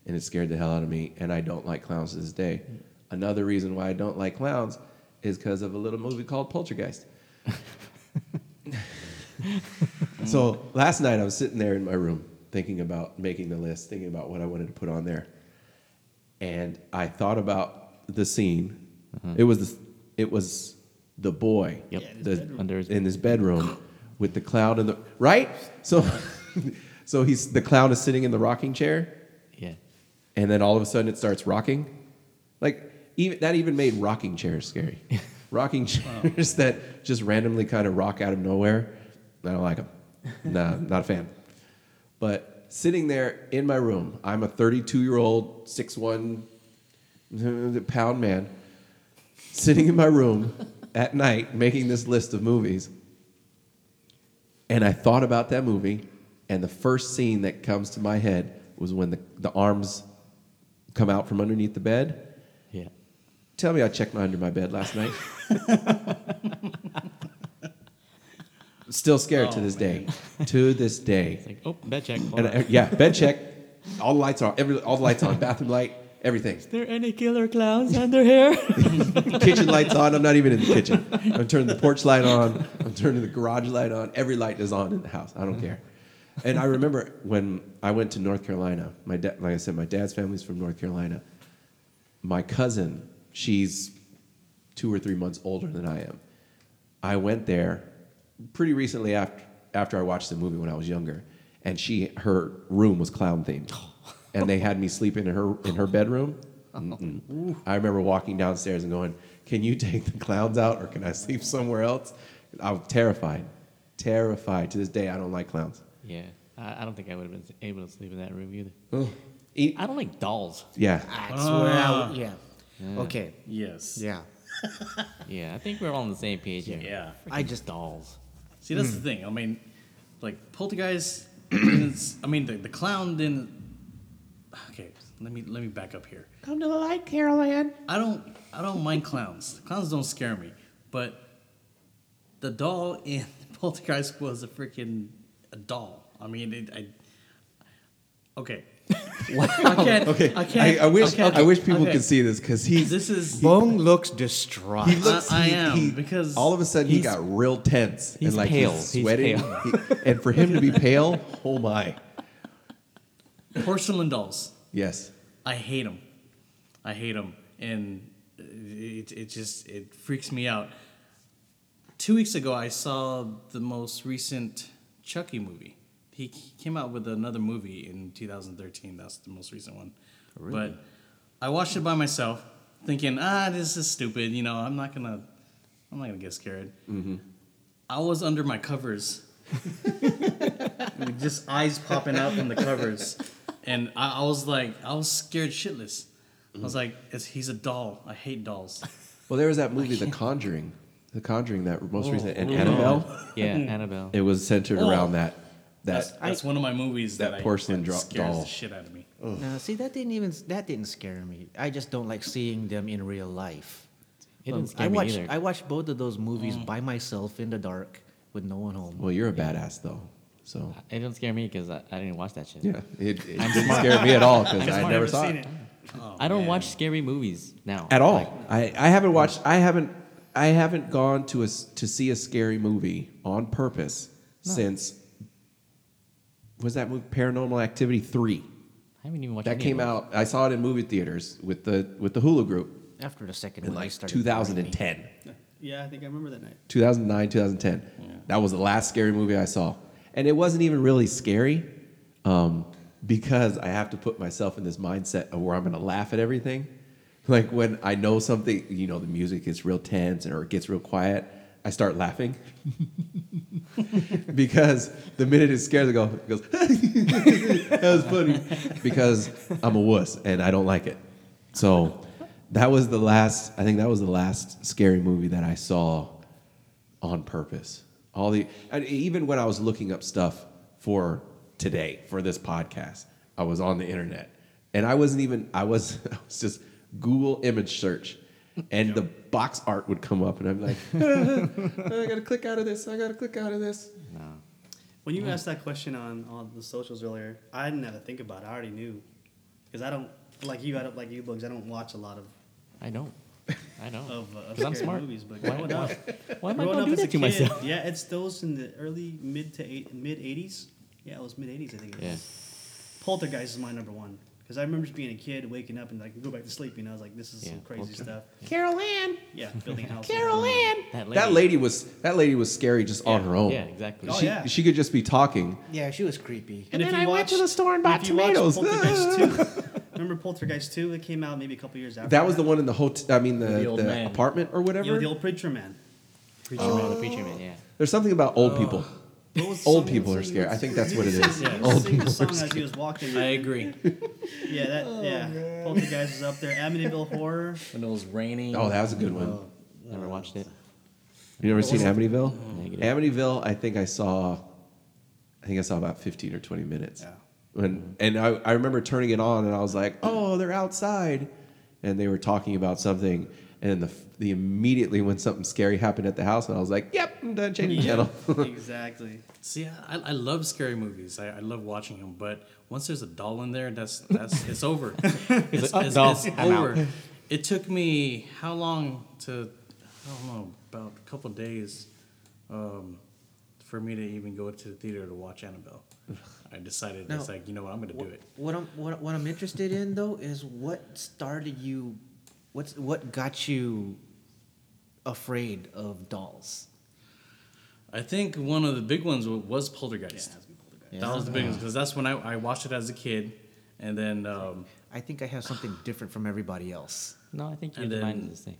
and it scared the hell out of me. And I don't like clowns to this day. Another reason why I don't like clowns is because of a little movie called Poltergeist. Mm. so last night I was sitting there in my room thinking about making the list, thinking about what I wanted to put on there and I thought about the scene. It was the, it was the boy Mm-hmm. Yep. Yeah, in his the- bedroom. Under his- in his bedroom with the clown in the right. So *laughs* so he's the clown is sitting in the rocking chair, Yeah. and then all of a sudden it starts rocking. Like even that even made rocking chairs scary. rocking chairs *laughs* that just randomly kind of rock out of nowhere. I don't like them. Nah, not a fan. But sitting there in my room, I'm a 32 year old, 6'1 pound man, sitting in my room at night making this list of movies. And I thought about that movie, and the first scene that comes to my head was when the, the arms come out from underneath the bed. Yeah. Tell me I checked my under my bed last night. Still scared to this day. To this day. It's like, oh, bed check. And I, yeah, bed check. All the lights on. Every all the lights on. Bathroom light. Everything. there any killer clowns under here? *laughs* Kitchen lights on. I'm not even in the kitchen. I'm turning the porch light on. I'm turning the garage light on. Every light is on in the house. I don't care. And I remember when I went to North Carolina. My dad, like I said, my dad's family's from North Carolina. My cousin, she's two or three months older than I am. I went there pretty recently after after I watched the movie when I was younger, and she her room was clown *laughs* themed, and they had me sleeping in her in her bedroom. Uh-huh. Mm-mm. I remember walking downstairs and going, "Can you take the clowns out, or can I sleep somewhere else?" I was terrified, terrified. To this day, I don't like clowns. yeah. I, I don't think I would have been able to sleep in that room either. E- I don't like dolls. Yeah, I swear. I would, yeah. Okay. Yes. Yeah. Yeah, I think we're all on the same page here. Yeah. I just dolls. See, Mm. that's the thing. I mean, *clears throat* like Poltergeist. is- I mean, the, the clown didn't. Okay, let me let me back up here. come to the light, Carol Ann. I don't I don't mind clowns. Clowns don't scare me, but the doll in *laughs* Poltergeist was a freaking a doll. I mean, it, *laughs* I okay. I can't. Okay, I can't. I, wish can't- I wish people okay. could see this because he's This is Bone looks distraught. He looks. I- I he- am, he- because all of a sudden he he's- got real tense he's and like pale. he's He's sweating, pale. He- and for him to *laughs* be pale, oh my, porcelain dolls. yes, I hate them. I hate them, and it, it just it freaks me out. Two weeks ago, I saw the most recent Chucky movie. He c- came out with another movie in 2013. That's the most recent one. But I watched it by myself, thinking, ah, this is stupid. You know, I'm not gonna, I'm not gonna get scared. I was under my covers with just eyes popping out from the covers. And I, I was like, I was scared shitless. I was like, it's, he's a doll. I hate dolls. Well, there was that movie, The Conjuring, The Conjuring, that most recent, and oh, Annabelle. Yeah, Annabelle. It was centered Oh. around that. That's, That that's one of my movies that that, porcelain I, that dro- scares doll. the shit out of me. No, see that didn't even that didn't scare me. I just don't like seeing them in real life. It Um, didn't scare I me watched either. Mm. I watched both of those movies by myself in the dark with no one home. well, you're a badass though. So it didn't scare me because I, I didn't watch that shit. yeah, it, it didn't scare me at all because I I've never saw it. I don't watch scary movies now. at all. I, I haven't watched. I haven't. I haven't gone to a s- to see a scary movie on purpose since. Was that movie Paranormal Activity three? I haven't even watched That any came of them. out. I saw it in movie theaters with the with the Hulu group After the second in one, I like started 2010, Yeah, I think I remember that night. 2009, 2010. That was the last scary movie I saw, and it wasn't even really scary. Um, because I have to put myself in this mindset of where I'm going to laugh at everything. Like when I know something, you know, the music gets real tense or it gets real quiet, I start laughing *laughs* because the minute it scares, I go, it goes, *laughs* that was funny because I'm a wuss and I don't like it. So that was the last. I think that was the last scary movie that I saw on purpose. All the and even when I was looking up stuff for today for this podcast, I was on the internet and I wasn't even. I was. *laughs* I was just Google image search. And the box art would come up, and I'm like, *laughs* I gotta click out of this. I gotta click out of this. When Uh-huh. you asked that question on, on the socials earlier, I didn't have to think about it. I already knew. Because I don't, like you, I don't like you, Bugs, I don't watch a lot of, I don't. I don't. of, uh, of 'Cause I'm scary smart. movies. But Why growing not? up, Why am I growing gonna up do as a that to kid, *laughs* myself? Yeah, it's those in the early, mid to eight, mid 80s. Yeah, it was mid 80s, I think it was. Yeah. Poltergeist is my number one. Because I remember just being a kid, waking up and like go back to sleep, and I was like, this is Yeah, some crazy Polter- stuff. Carol Ann. Yeah, building Mm-hmm. houses. Carol Ann. That lady. That lady was that lady was scary just on her own. Yeah, exactly. Oh, she, yeah. she could just be talking. Yeah, she was creepy. And, if then you I went watch- to the store and bought if you watch tomatoes. *laughs* Poltergeist 2, remember Poltergeist 2? It came out maybe a couple years after. That was the one in the hotel. I mean, the, The old the man. apartment or whatever. You know, the old preacher man. Preacher man, the preacher Oh. man. Yeah. There's something about old people. What was the Old song he people was are singing? scared. I think that's what it He was is. singing- he was Old Oh, singing people a are song as he scared. was walking. I agree. Yeah, that. yeah, Poltergeist is up there. Amityville *laughs* Horror. When it was raining. Oh, that was a good one. Never watched it. You ever seen Amityville? Negative. Amityville, I think I saw, I think I saw about 15 or 20 minutes. Yeah. When, and I, I remember turning it on and I was like, oh, they're outside. And they were talking about something. And the, the immediately when something scary happened at the house, and I was like, yep, I'm done changing *laughs* Yeah, channel. exactly. See, I, I love scary movies. I, I love watching them, but once there's a doll in there, that's that's it's *laughs* over. it's like, "Oh, it's, doll, it's I'm out." over. It took me how long to I don't know about a couple of days um, for me to even go to the theater to watch Annabelle. I decided No. it's like you know what I'm gonna do it. What I'm what, what I'm interested in though is what started you, what's what got you afraid of dolls? I think one of the big ones wa- was Poltergeist. That's been Poltergeist. That was the big one because that's when I, I watched it as a kid, and then um, I think I *sighs* have something different from everybody else. No, I think you And then- defined this thing.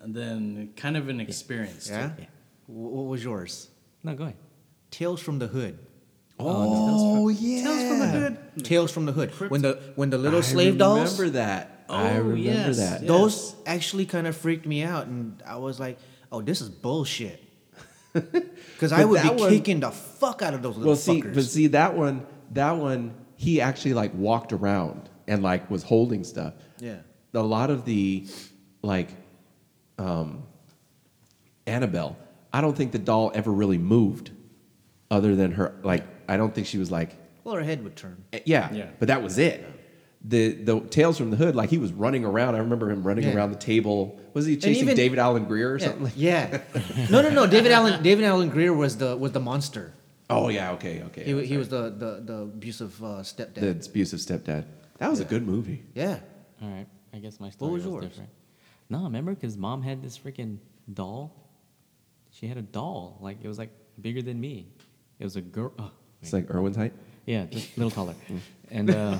and then kind of an experience. Yeah. Yeah. Wh- What was yours? No, go ahead. Tales from the Hood. oh, yeah. Tales from the Hood. When the when the little slave I dolls. remember that. I Oh, remember yes, that. yeah. Those actually kind of freaked me out, and I was like, "Oh, this *laughs* is bullshit." Because I But would be that one- kicking the fuck out of those little Well, see, fuckers. but see that one, that one, he actually like walked around and like was holding stuff. Yeah. A lot of the, like, um, Annabelle. I don't think the doll ever really moved, other than her. Like, I don't think she was like, well, her head would turn. eh, yeah, Yeah. But that was it. The the tales from the hood, like he was running around. I remember him running Yeah. around the table. Was he chasing even- David Allen Greer or Yeah. something? Like, yeah. *laughs* No, no, no. David Allen David Allen Greer was the was the monster. oh yeah, okay, okay. He, wa- I'm he sorry. was the the, the abusive uh, stepdad. the abusive stepdad. That was a good movie. yeah. All right. I guess my story was was, yours? different. No, remember because mom had this freaking doll. She had a doll like it was like bigger than me. It was a girl. Oh, It's like Irwin's height. Yeah, just a little taller. Mm. and uh,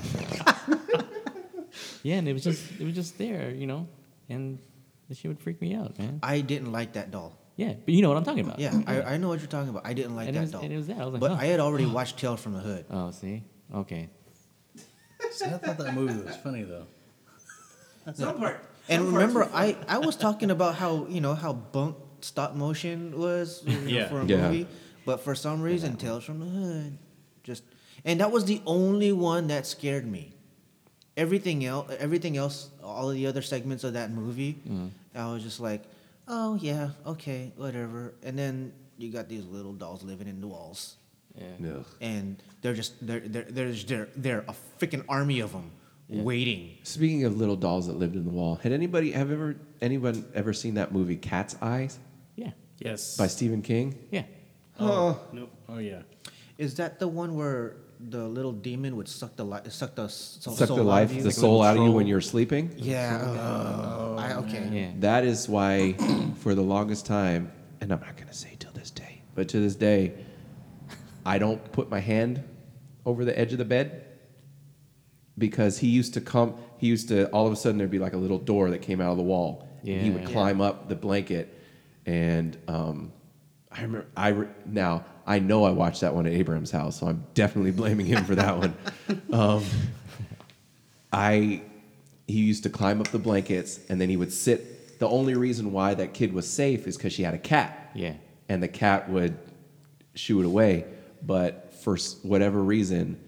yeah, and it was just it was just there, you know, and the shit would freak me out, man. I didn't like that doll. Yeah, but you know what I'm talking about. Yeah, I, I know what you're talking about. I didn't like And it that was- doll. and it was that. I was like, but huh. I had already watched Tales from the Hood. oh, see, okay. See, I thought that movie was funny though. And remember, I, I was talking about how you know how bunk stop motion was you know, Yeah. for a Yeah. movie, but for some reason, Tales from the Hood just and that was the only one that scared me. Everything else, everything else, all the other segments of that movie, I was just like, oh yeah, okay, whatever. And then you got these little dolls living in the walls, Yeah. Ugh. and they're just they're they're they're just, they're, they're a freaking army of them waiting. Speaking of little dolls that lived in the wall, had anybody have ever anyone ever seen that movie Cat's Eyes Yeah. Yes. by Stephen King? Yeah. Nope. Oh yeah. Is that the one where the little demon would suck the life, suck the soul, Suck soul the life, out of you? the soul out of you when you're sleeping. yeah. uh, Oh, I, okay. Yeah. That is why, for the longest time, and I'm not gonna say till this day, but to this day, I don't put my hand over the edge of the bed because he used to come. He used to all of a sudden there'd be like a little door that came out of the wall, and he Yeah. would Yeah. climb up the blanket. And um, I remember. I re- now I know I watched that one at Abraham's house, so I'm definitely blaming him for that one. Um, I he used to climb up the blankets and then he would sit. The only reason why that kid was safe is because she had a cat. Yeah. And the cat would shoo it away. But for s- whatever reason,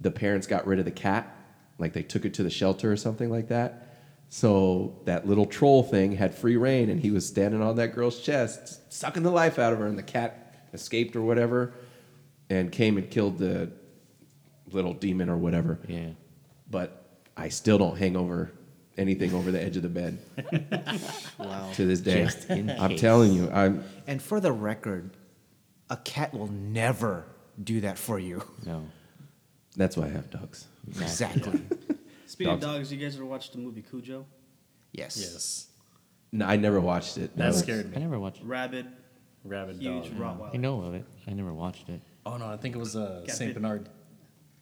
the parents got rid of the cat. Like they took it to the shelter or something like that. So that little troll thing had free reign and he was standing on that girl's chest, sucking the life out of her. And the cat escaped or whatever and came and killed the little demon or whatever Yeah. but I still don't hang over anything over the edge of the bed Wow. to this day. Just in I'm case. telling you, I'm And for the record, a cat will never do that for you. *laughs* No. that's why I have dogs. Exactly. Speaking Dogs. of dogs, you guys ever watched the movie Cujo? yes. Yes. No, I never watched it. That No. scared I me. never watched. Rabid, Rabid dog. huge I Rottweiler. know of it. I never watched it. Oh no, I think it was uh, Got Saint bit. Bernard.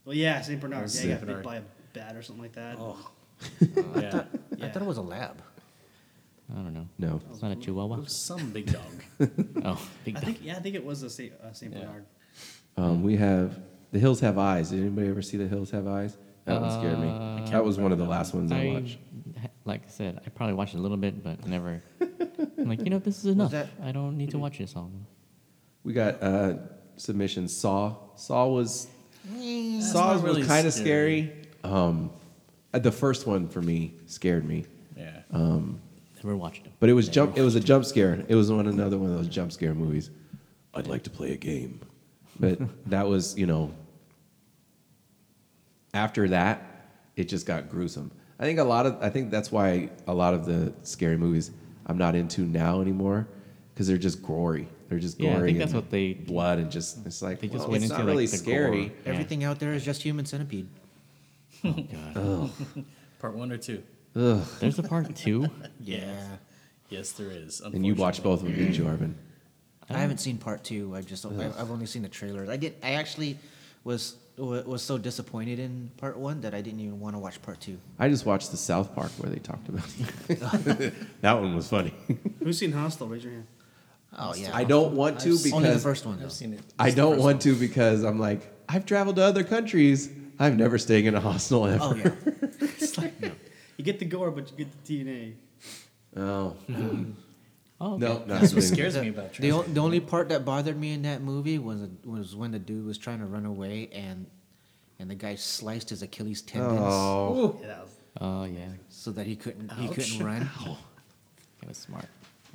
Well, yeah, Saint Bernard. Yeah, Saint he got Bernard. bit by a bat or something like that. Oh. *laughs* yeah. yeah. I thought it was a lab. I don't know. No. It's not a It chihuahua. was some big dog. Oh, big I dog. think yeah, I think it was a Saint, uh, Saint Yeah. Bernard. Um, we have The Hills Have Eyes. Did anybody ever see The Hills Have Eyes? That one scared me. that was one of the last ones I, watched. ha- like I said, I probably watched a little bit, but never. I'm like, you know, this is enough. that- I don't need to watch this all. We got uh, submissions. Saw. Saw was Saw not was really kind of scary. scary. Um, uh, the first one for me scared me. Yeah. Never watched them. But it was jump. It was a jump scare. It was one another one of those jump scare movies. I'd like to play a game, but *laughs* that was you know. After that, it just got gruesome. I think a lot of I think that's why a lot of the scary movies I'm not into now anymore because they're just gory. They're just Yeah, I gory. think that's and what they- blood and just it's like They just well, went it's into not like really the scary. gore. Oh, Yeah. Everything out there is just human centipede. Part one or two. *laughs* There's a part two. *laughs* Yeah. Yes, there is. And you watch unfortunately. both of them, didn't you, Arvin? I haven't seen part two. I just I- I've only seen the trailers. I did. I actually was wa- was so disappointed in part one that I didn't even want to watch part two. I just watched the South Park where they talked *laughs* about *laughs* that one was funny. Who's seen Hostel? Raise your hand. Oh yeah. I don't want to because only the first one. I've Though. seen it. I Just the don't first want to because I'm like, I've traveled to other countries. I've never staying in a hostel ever. Oh yeah. You get the gore, but you get the DNA. *laughs* Oh. Oh, okay. No, not That's doing what scares The- me about the, o- Transformers. the only part that bothered me in that movie was was when the dude was trying to run away and and the guy sliced his Achilles that. tendons Oh. Yeah, that was, Oh yeah, so that he couldn't he couldn't run. *laughs* it was smart.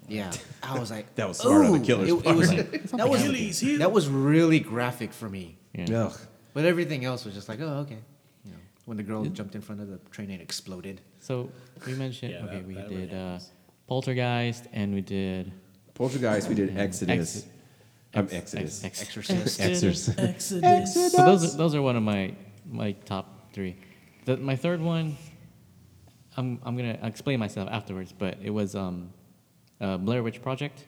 Yeah, I was like That was smart on the "Ooh." killer's It, it was part. It's not that was Achilles *laughs* *laughs* heel. that was really graphic for me, Yeah. Ugh. but everything else was just like oh okay. You know, when the girl jumped in front of the train and exploded. So we mentioned Yeah, okay, that- we that really did uh, happens. Poltergeist and we did Poltergeist, we did Exodus. Exit. I'm Ex- Exodus. *laughs* Ex- Exorcist. Exorcist. So those are, those are one of my my top three. The, my third one, I'm I'm gonna explain myself afterwards, but it was um, uh, Blair Witch Project.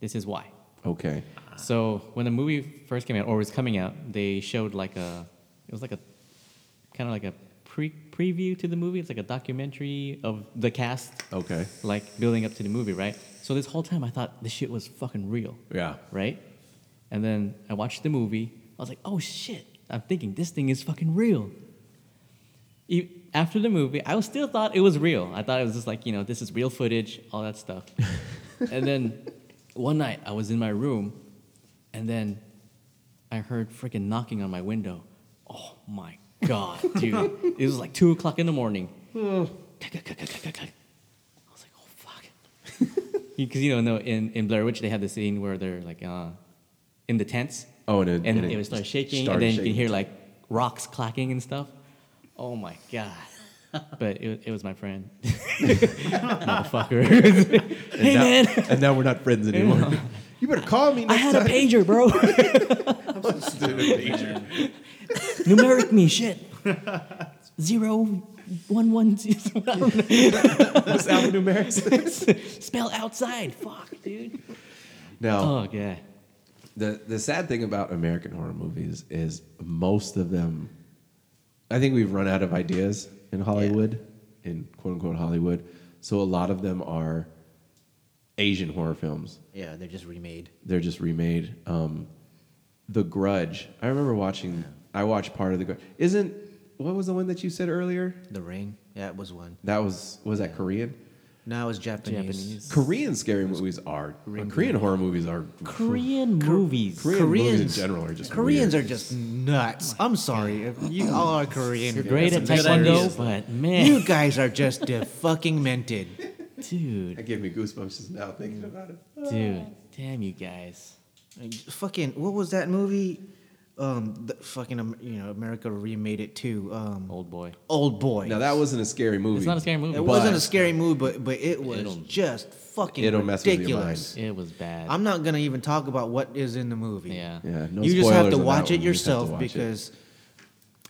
This is why. okay. So when the movie first came out or was coming out, they showed like a it was like a kind of like a pre preview to the movie. It's like a documentary of the cast, Okay. like building up to the movie, right? So this whole time I thought this shit was fucking real Yeah. right? And then I watched the movie. I was like, oh shit! I'm thinking this thing is fucking real. E- After the movie, I was still thought it was real. I thought it was just like you know this is real footage, all that stuff. and then one night I was in my room, and then I heard freaking knocking on my window. Oh my god, dude! it was like two o'clock in the morning. I was like, oh fuck. Because you know, no, in, in Blair Witch they had the scene where they're like uh, in the tents. Oh, and it- and and it it would start shaking, started and then you shaking. can hear like rocks clacking and stuff. Oh my god! but it, it was my friend, *laughs* motherfucker. hey and now, man, and now we're not friends anymore. *laughs* you better call me I *laughs* next had a time. pager, bro. Numeric me, shit. Zero, one, one, *laughs* zero. It's alphanumeric. Spell outside. Fuck, dude. Now, Oh yeah. the the sad thing about American horror movies is most of them I think we've run out of ideas in Hollywood, in quote unquote Hollywood. So a lot of them are Asian horror films. Yeah, they're just remade. They're just remade. Um, the Grudge. I remember watching. I watched part of the Grudge. Isn't what was the one that you said earlier? The Ring, that was one. That was was that Korean? No, it was Japanese. Japanese. Korean scary movies are. or Korean horror movies are. Korean movies. Korean movies in general are just. Koreans weird. are just nuts. I'm sorry, if you all are Korean. You're great at That's good idea. taekwondo, but man, You guys are just uh, fucking mented. That dude, gave me goosebumps just now thinking about it. dude, damn you guys. Like, fucking, what was that movie? Um, the fucking, um, you know, America remade it too. Um, Old boy. Old Boy. Now that wasn't a scary movie. It's not a scary movie. It wasn't a scary movie, but but it was It'll- just fucking it'll mess with your ridiculous. It was bad. I'm not gonna even talk about what is in the movie. yeah. Yeah, no you just spoilers have to on that watch one. it You just have to yourself watch it. because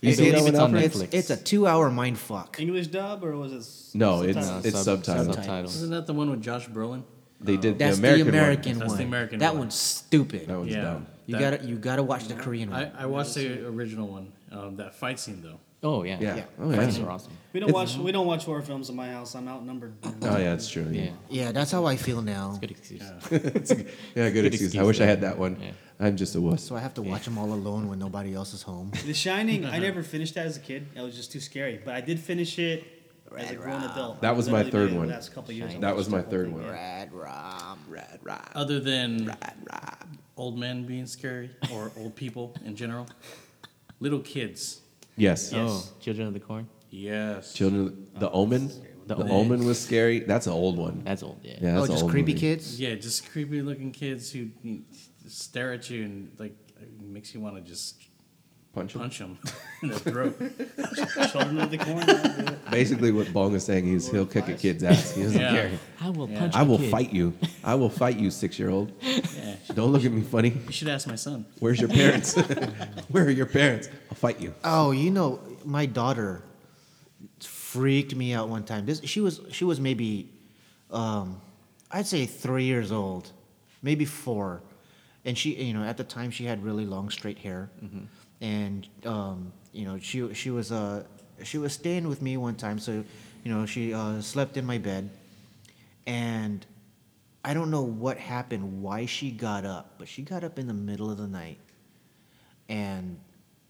You it's, see that it's, one, it's, Alfred? it's, it's a two-hour mind fuck. English dub or was it? s- No, it's subtitles? it's sub- subtitled. subtitles. Isn't that the one with Josh Brolin? They did That's the American, the American one. one. That's the American that one. one's stupid. That one's Yeah. Oh, dumb. you That- gotta you gotta watch the Korean one. I, I watched the original one. Um, that fight scene though. Oh yeah. Yeah. Yeah. Oh Fights are yeah. awesome. We don't watch we don't watch horror films in my house. I'm outnumbered. Oh yeah, it's true. Yeah. Yeah. yeah, that's how I feel now. Good excuse. Yeah, good, excuse. I excuse wish I there. had that one. Yeah. I'm just a wuss. So I have to watch them all alone when nobody else is home. The Shining. I never finished that as a kid. It was just too scary. But I did finish it as a grown adult. That I was my literally third did it one. The last couple years. I That was watched my the whole third thing, one. yeah. Rad rom, rad rom. Other than old men being scary or old people in general, little kids. Yes. Oh, Children of the Corn. Yes. Children, the Omen. The, The Omen was scary. That's an old one. That's old. Yeah. Yeah, Oh, that's an just old creepy movie. kids. Yeah, just creepy looking kids who stare at you and like it makes you want to just Punch 'em. punch them *laughs* in the throat. Children of the Corn. that was it. Basically, what Bong is saying is he'll kick a kid's ass. He doesn't Yeah. care. I will punch. I a will kid. fight you. I will fight you, six year old. Yeah. Don't look at me funny. You should ask my son. Where's your parents? *laughs* Where are your parents? I'll fight you. Oh, you know, my daughter freaked me out one time. This she was she was maybe um, I'd say three years old, maybe four, and she you know at the time she had really long straight hair, and um, you know she she was uh, she was staying with me one time, so you know she uh, slept in my bed, and I don't know what happened, why she got up, but she got up in the middle of the night and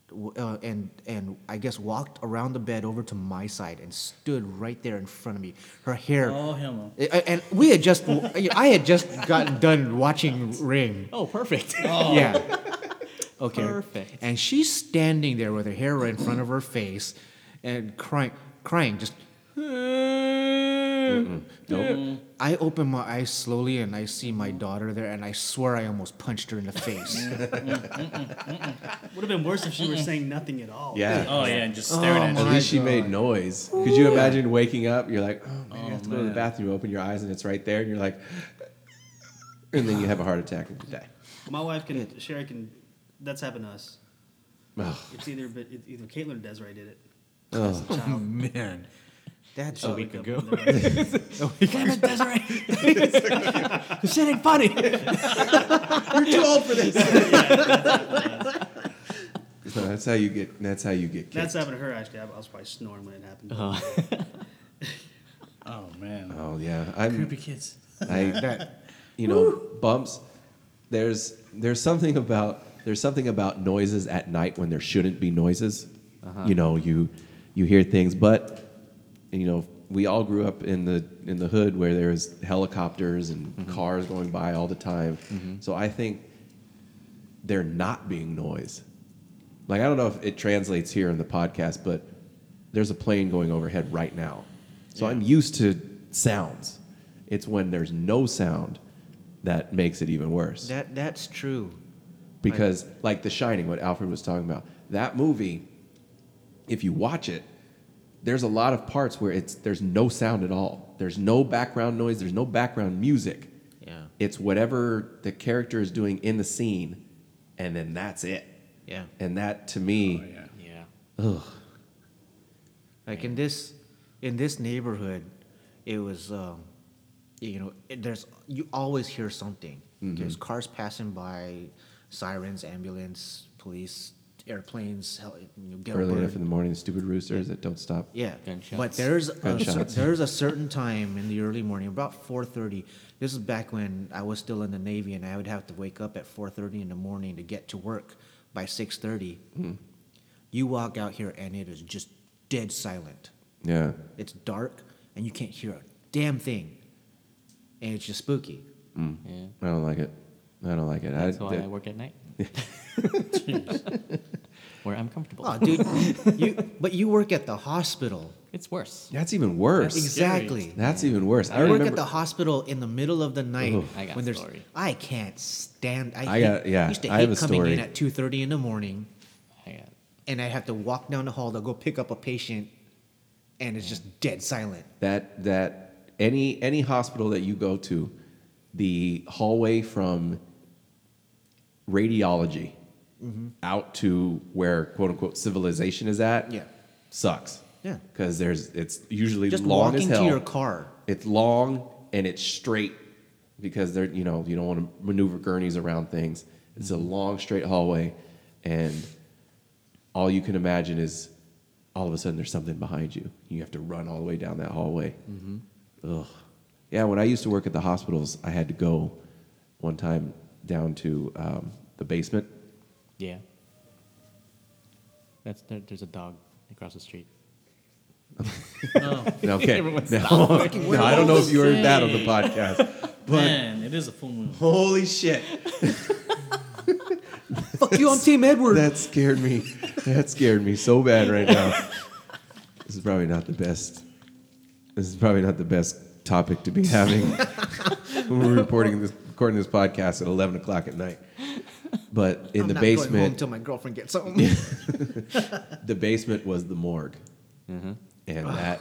w- uh, and and I guess walked around the bed over to my side and stood right there in front of me. Her hair. Oh hell no. I- I- And we had just, I had just gotten done watching Ring. *laughs* Oh, perfect. Yeah. Okay. Perfect. And she's standing there with her hair right in front of her face, and crying, crying, just. "Hmm." Mm. Nope. I open my eyes slowly and I see my daughter there, and I swear I almost punched her in the face. Would have been worse if she were saying nothing at all. Yeah. Oh yeah, and just staring at At you. least she made noise. Could you imagine waking up? You're like, oh, maybe I have to go to the man. bathroom. Open your eyes and it's right there, and you're like, and then you have a heart attack and you die. My wife can. Sherry can. That's happened to us. Ugh. It's either but it's either Caitlin or Desiree did it. Ugh. Oh man, that's A week ago. *laughs* Damn it, Desiree. this shit ain't *laughs* funny. that's how you get. That's how you get. That's Kicked. happened to her actually. I I was probably snoring when it happened. Uh-huh. Oh man. Oh yeah, I'm. Creepy kids. *laughs* I, that. you know, bumps. There's there's something about there's something about noises at night when there shouldn't be noises. Uh-huh. You know, you you hear things, but you know, we all grew up in the in the hood where there's helicopters and Mm-hmm. cars going by all the time. So I think there not being noise. Like I don't know if it translates here in the podcast, but there's a plane going overhead right now. So I'm used to sounds. It's when there's no sound that makes it even worse. That that's true. because like The Shining, what Alfred was talking about, that movie, if you watch it, there's a lot of parts where it's there's no sound at all. There's no background noise. There's no background music. Yeah. It's whatever the character is doing in the scene, and then that's it. Yeah. And that to me, Oh yeah. yeah. Like in this in this neighborhood, it was um, you know it- there's you always hear Mm-hmm. something. There's cars passing by, sirens, ambulance, police, airplanes, hel- you know, Early Gilbert. enough in the morning, stupid roosters that don't stop. Yeah, but Gunshots. there's a, cer- Gunshots. there's a certain time in the early morning, about 4:30. This is back when I was still in the Navy, and I would have to wake up at 4:30 in the morning to get to work by 6:30. Hmm. You walk out here, and it is just dead silent. Yeah. It's dark, and you can't hear a damn thing, and it's just spooky. Yeah. I don't like it. I don't like it. That's I, why I that- work at night. *laughs* Where I'm comfortable. Oh, dude, *laughs* you but you work at the hospital. It's worse. That's even worse. Exactly. That's even worse. I I work at remember. the hospital in the middle of the night Oof. I got when a there's story. I can't stand. I, I got- hate- yeah, Used to I hate have a coming in story. at two thirty in the morning, I uh, got and I have to walk down the hall to go pick up a patient, and it's just dead silent. that that any any hospital that you go to, the hallway from radiology Mm-hmm. out to where quote unquote civilization is at Yeah. sucks. Yeah. Because there's it's usually Just long as walking hell. to your car. It's long and it's straight because they're you know you don't want to maneuver gurneys around things. It's a long straight hallway, and all you can imagine is all of a sudden there's something behind you. You have to run all the way down that hallway. Ugh. Yeah, when I used to work at the hospitals, I had to go one time down to um, the basement. Yeah. That's there, there's a dog across the street. Okay, no, Everyone *laughs* no, I don't know if you heard that on the Hey. podcast. Man, it is a full moon. Holy shit! Fuck you, *laughs* I'm Team Edward. That scared me. That scared me so bad right now. This is probably not the best. This is probably not the best topic to be having. *laughs* We're reporting this, recording this podcast at eleven o'clock at night. But in I'm the not going home basement, until my girlfriend *laughs* gets home. the basement was the morgue, and that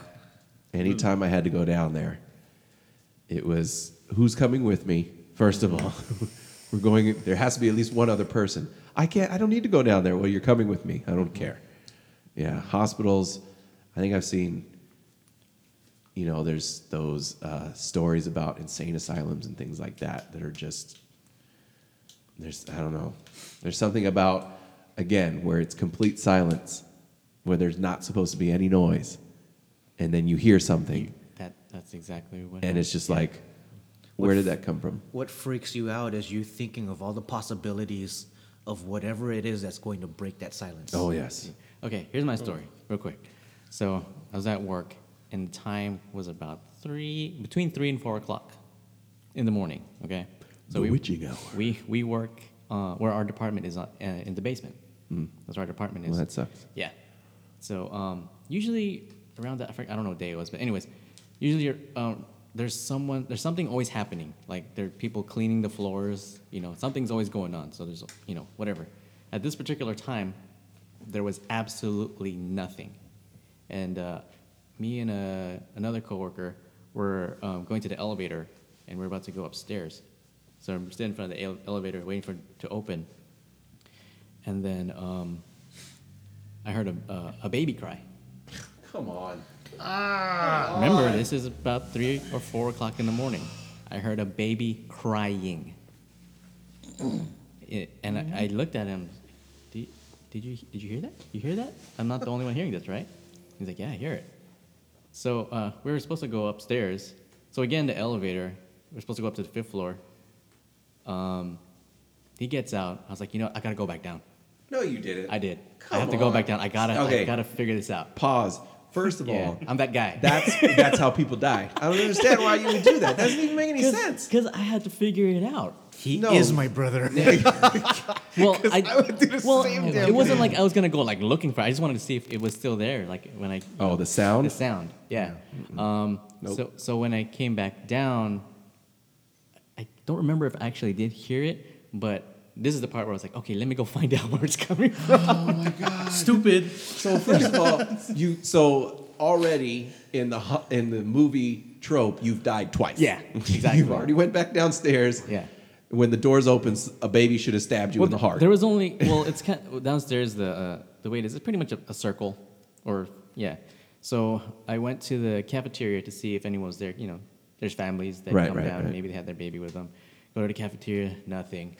anytime I had to go down there, it was who's coming with me. First of all, *laughs* we're going. There has to be at least one other person. I can't. I don't need to go down there. Well, you're coming with me. I don't care. Yeah, hospitals. I think I've seen. You know, there's those uh, stories about insane asylums and things like that that are just there's I don't know. There's something about again where it's complete silence, where there's not supposed to be any noise, and then you hear something, That that's exactly what. and it's just like, where did that come from? what freaks you out is you thinking of all the possibilities of whatever it is that's going to break that silence. Oh yes, Okay, here's my story, real quick. So I was at work, and the time was about three, between three and four o'clock in the morning. Okay, so The witching hour. We we work uh, where our department is on, uh, in the basement. Mm. That's where our department is. Well, that sucks. Yeah. So um, usually around that, I forget- I don't know what day it was, but anyways, usually um, there's someone, there's something always happening. Like there are people cleaning the floors. You know, something's always going on. So there's, you know, whatever. At this particular time, there was absolutely nothing, and uh, me and uh, another coworker were um, going to the elevator, and we are about to go upstairs. So I'm standing in front of the ele- elevator, waiting for it to open, and then. Um, I heard a, uh, a baby cry. come on. Remember, this is about three or four o'clock in the morning. I heard a baby crying, It- and I, I looked at him. Did, did you did you hear that? You hear that? I'm not the only one hearing this, right? He's like, yeah, I hear it. So uh, we were supposed to go upstairs. So again, the elevator. We're supposed to go up to the fifth floor. Um, he gets out. I was like, you know, I gotta go back down. No, you didn't. I did. Come I have to go on. back down. I gotta. I Okay. gotta figure this out. Pause. First of Yeah, all, I'm that guy. that's that's how people die. I don't understand why you would do that. That doesn't even *laughs* make any sense. Because I had to figure it out. he no. is my brother. *laughs* *laughs* Well, I, would do the well, same it, it wasn't like I was gonna go like looking for. it. I just wanted to see if it was still there. Like when I Oh, the sound. the sound, yeah. Um, Nope. So so when I came back down, I don't remember if I actually did hear it, but this is the part where I was like, okay, let me go *laughs* find out where it's coming from. Stupid. So first of all, you so already in the hu- in the movie trope, you've died twice. Yeah, *laughs* exactly. you've already went back downstairs. Yeah. When the doors opens, a baby should have stabbed *laughs* you in the heart. There was only well, it's kind downstairs. The uh, the way it is, it's pretty much a, a circle, or yeah. So I went to the cafeteria to see if anyone was there. You know, there's families that Right, come right, down, and right. maybe they had their baby with them. Go to the cafeteria, nothing.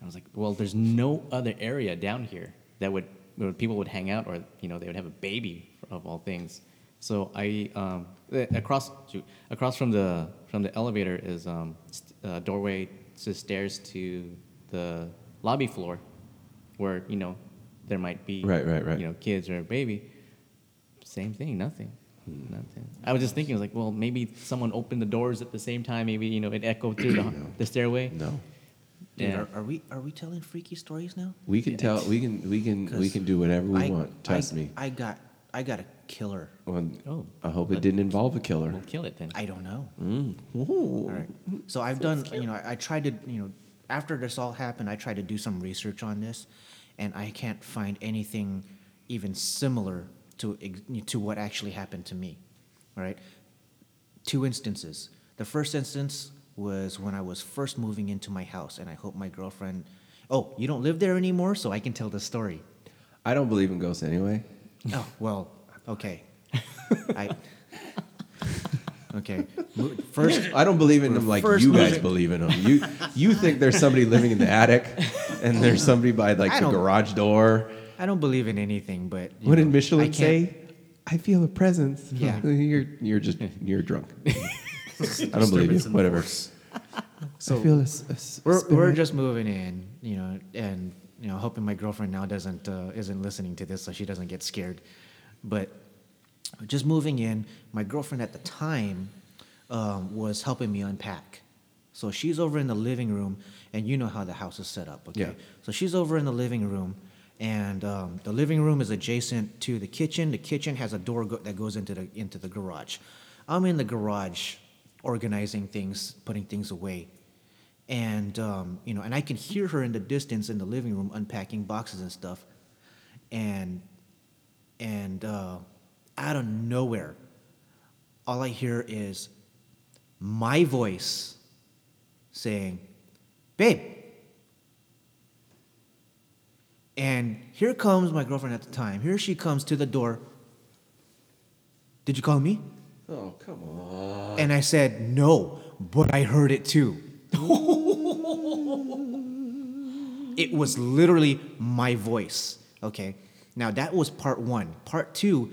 I was like, well, there's no other area down here that would where people would hang out, or you know, they would have a baby of all things. So I um, eh, across shoot, across from the from the elevator is um, st- uh, doorway to stairs to the lobby floor, where you know there might be Right, right, right. you know kids or a baby. Same thing, nothing. Hmm. Nothing. I was just thinking, I was like, well, maybe someone opened the doors at the same time. Maybe you know it echoed *coughs* through the, the stairway. No, Dude, Yeah. are, are we are we telling freaky stories now? we can tell. We can. We can. We 'Cause can do whatever we I- want. Trust I- me. I got I got a killer. Well, Oh. I hope it didn't involve a killer. We'll kill it then. I don't know. All right. So I've done, you know, I, I tried to, you know, after this all happened, I tried to do some research on this, and I can't find anything even similar to ex- to what actually happened to me. All right. Two instances. The first instance was when I was first moving into my house, and I hope my girlfriend. Oh, you don't live there anymore, so I can tell the story. I don't believe in ghosts anyway. Oh well, *laughs* okay. I, okay. Mo- First, I don't believe in them like First you guys movie. believe in them. You you think there's somebody living in the attic, and there's somebody by like the I don't- garage door. I don't believe in anything, but you What did know, I Michelin can't- say? I feel a presence. Yeah. *laughs* you're you're just you're drunk. I don't believe you. Disturbance in the Whatever. So I feel a, s- a s- we're we're spirit. just moving in, you know, and you know, hoping my girlfriend now doesn't uh, isn't listening to this, so she doesn't get scared. But just moving in, my girlfriend at the time um, was helping me unpack. So she's over in the living room, and you know how the house is set up, okay? Yeah. So she's over in the living room, and um, the living room is adjacent to the kitchen. The kitchen has a door go- that goes into the into the garage. I'm in the garage, organizing things, putting things away, and um, you know, and I can hear her in the distance in the living room unpacking boxes and stuff, and and uh, out of nowhere, all I hear is my voice saying, "Babe." And here comes my girlfriend at the time. Here she comes to the door. Did you call me? Oh come on! And I said, no, but I heard *laughs* it too. it was literally my voice. Okay. Now that was part one. Part two,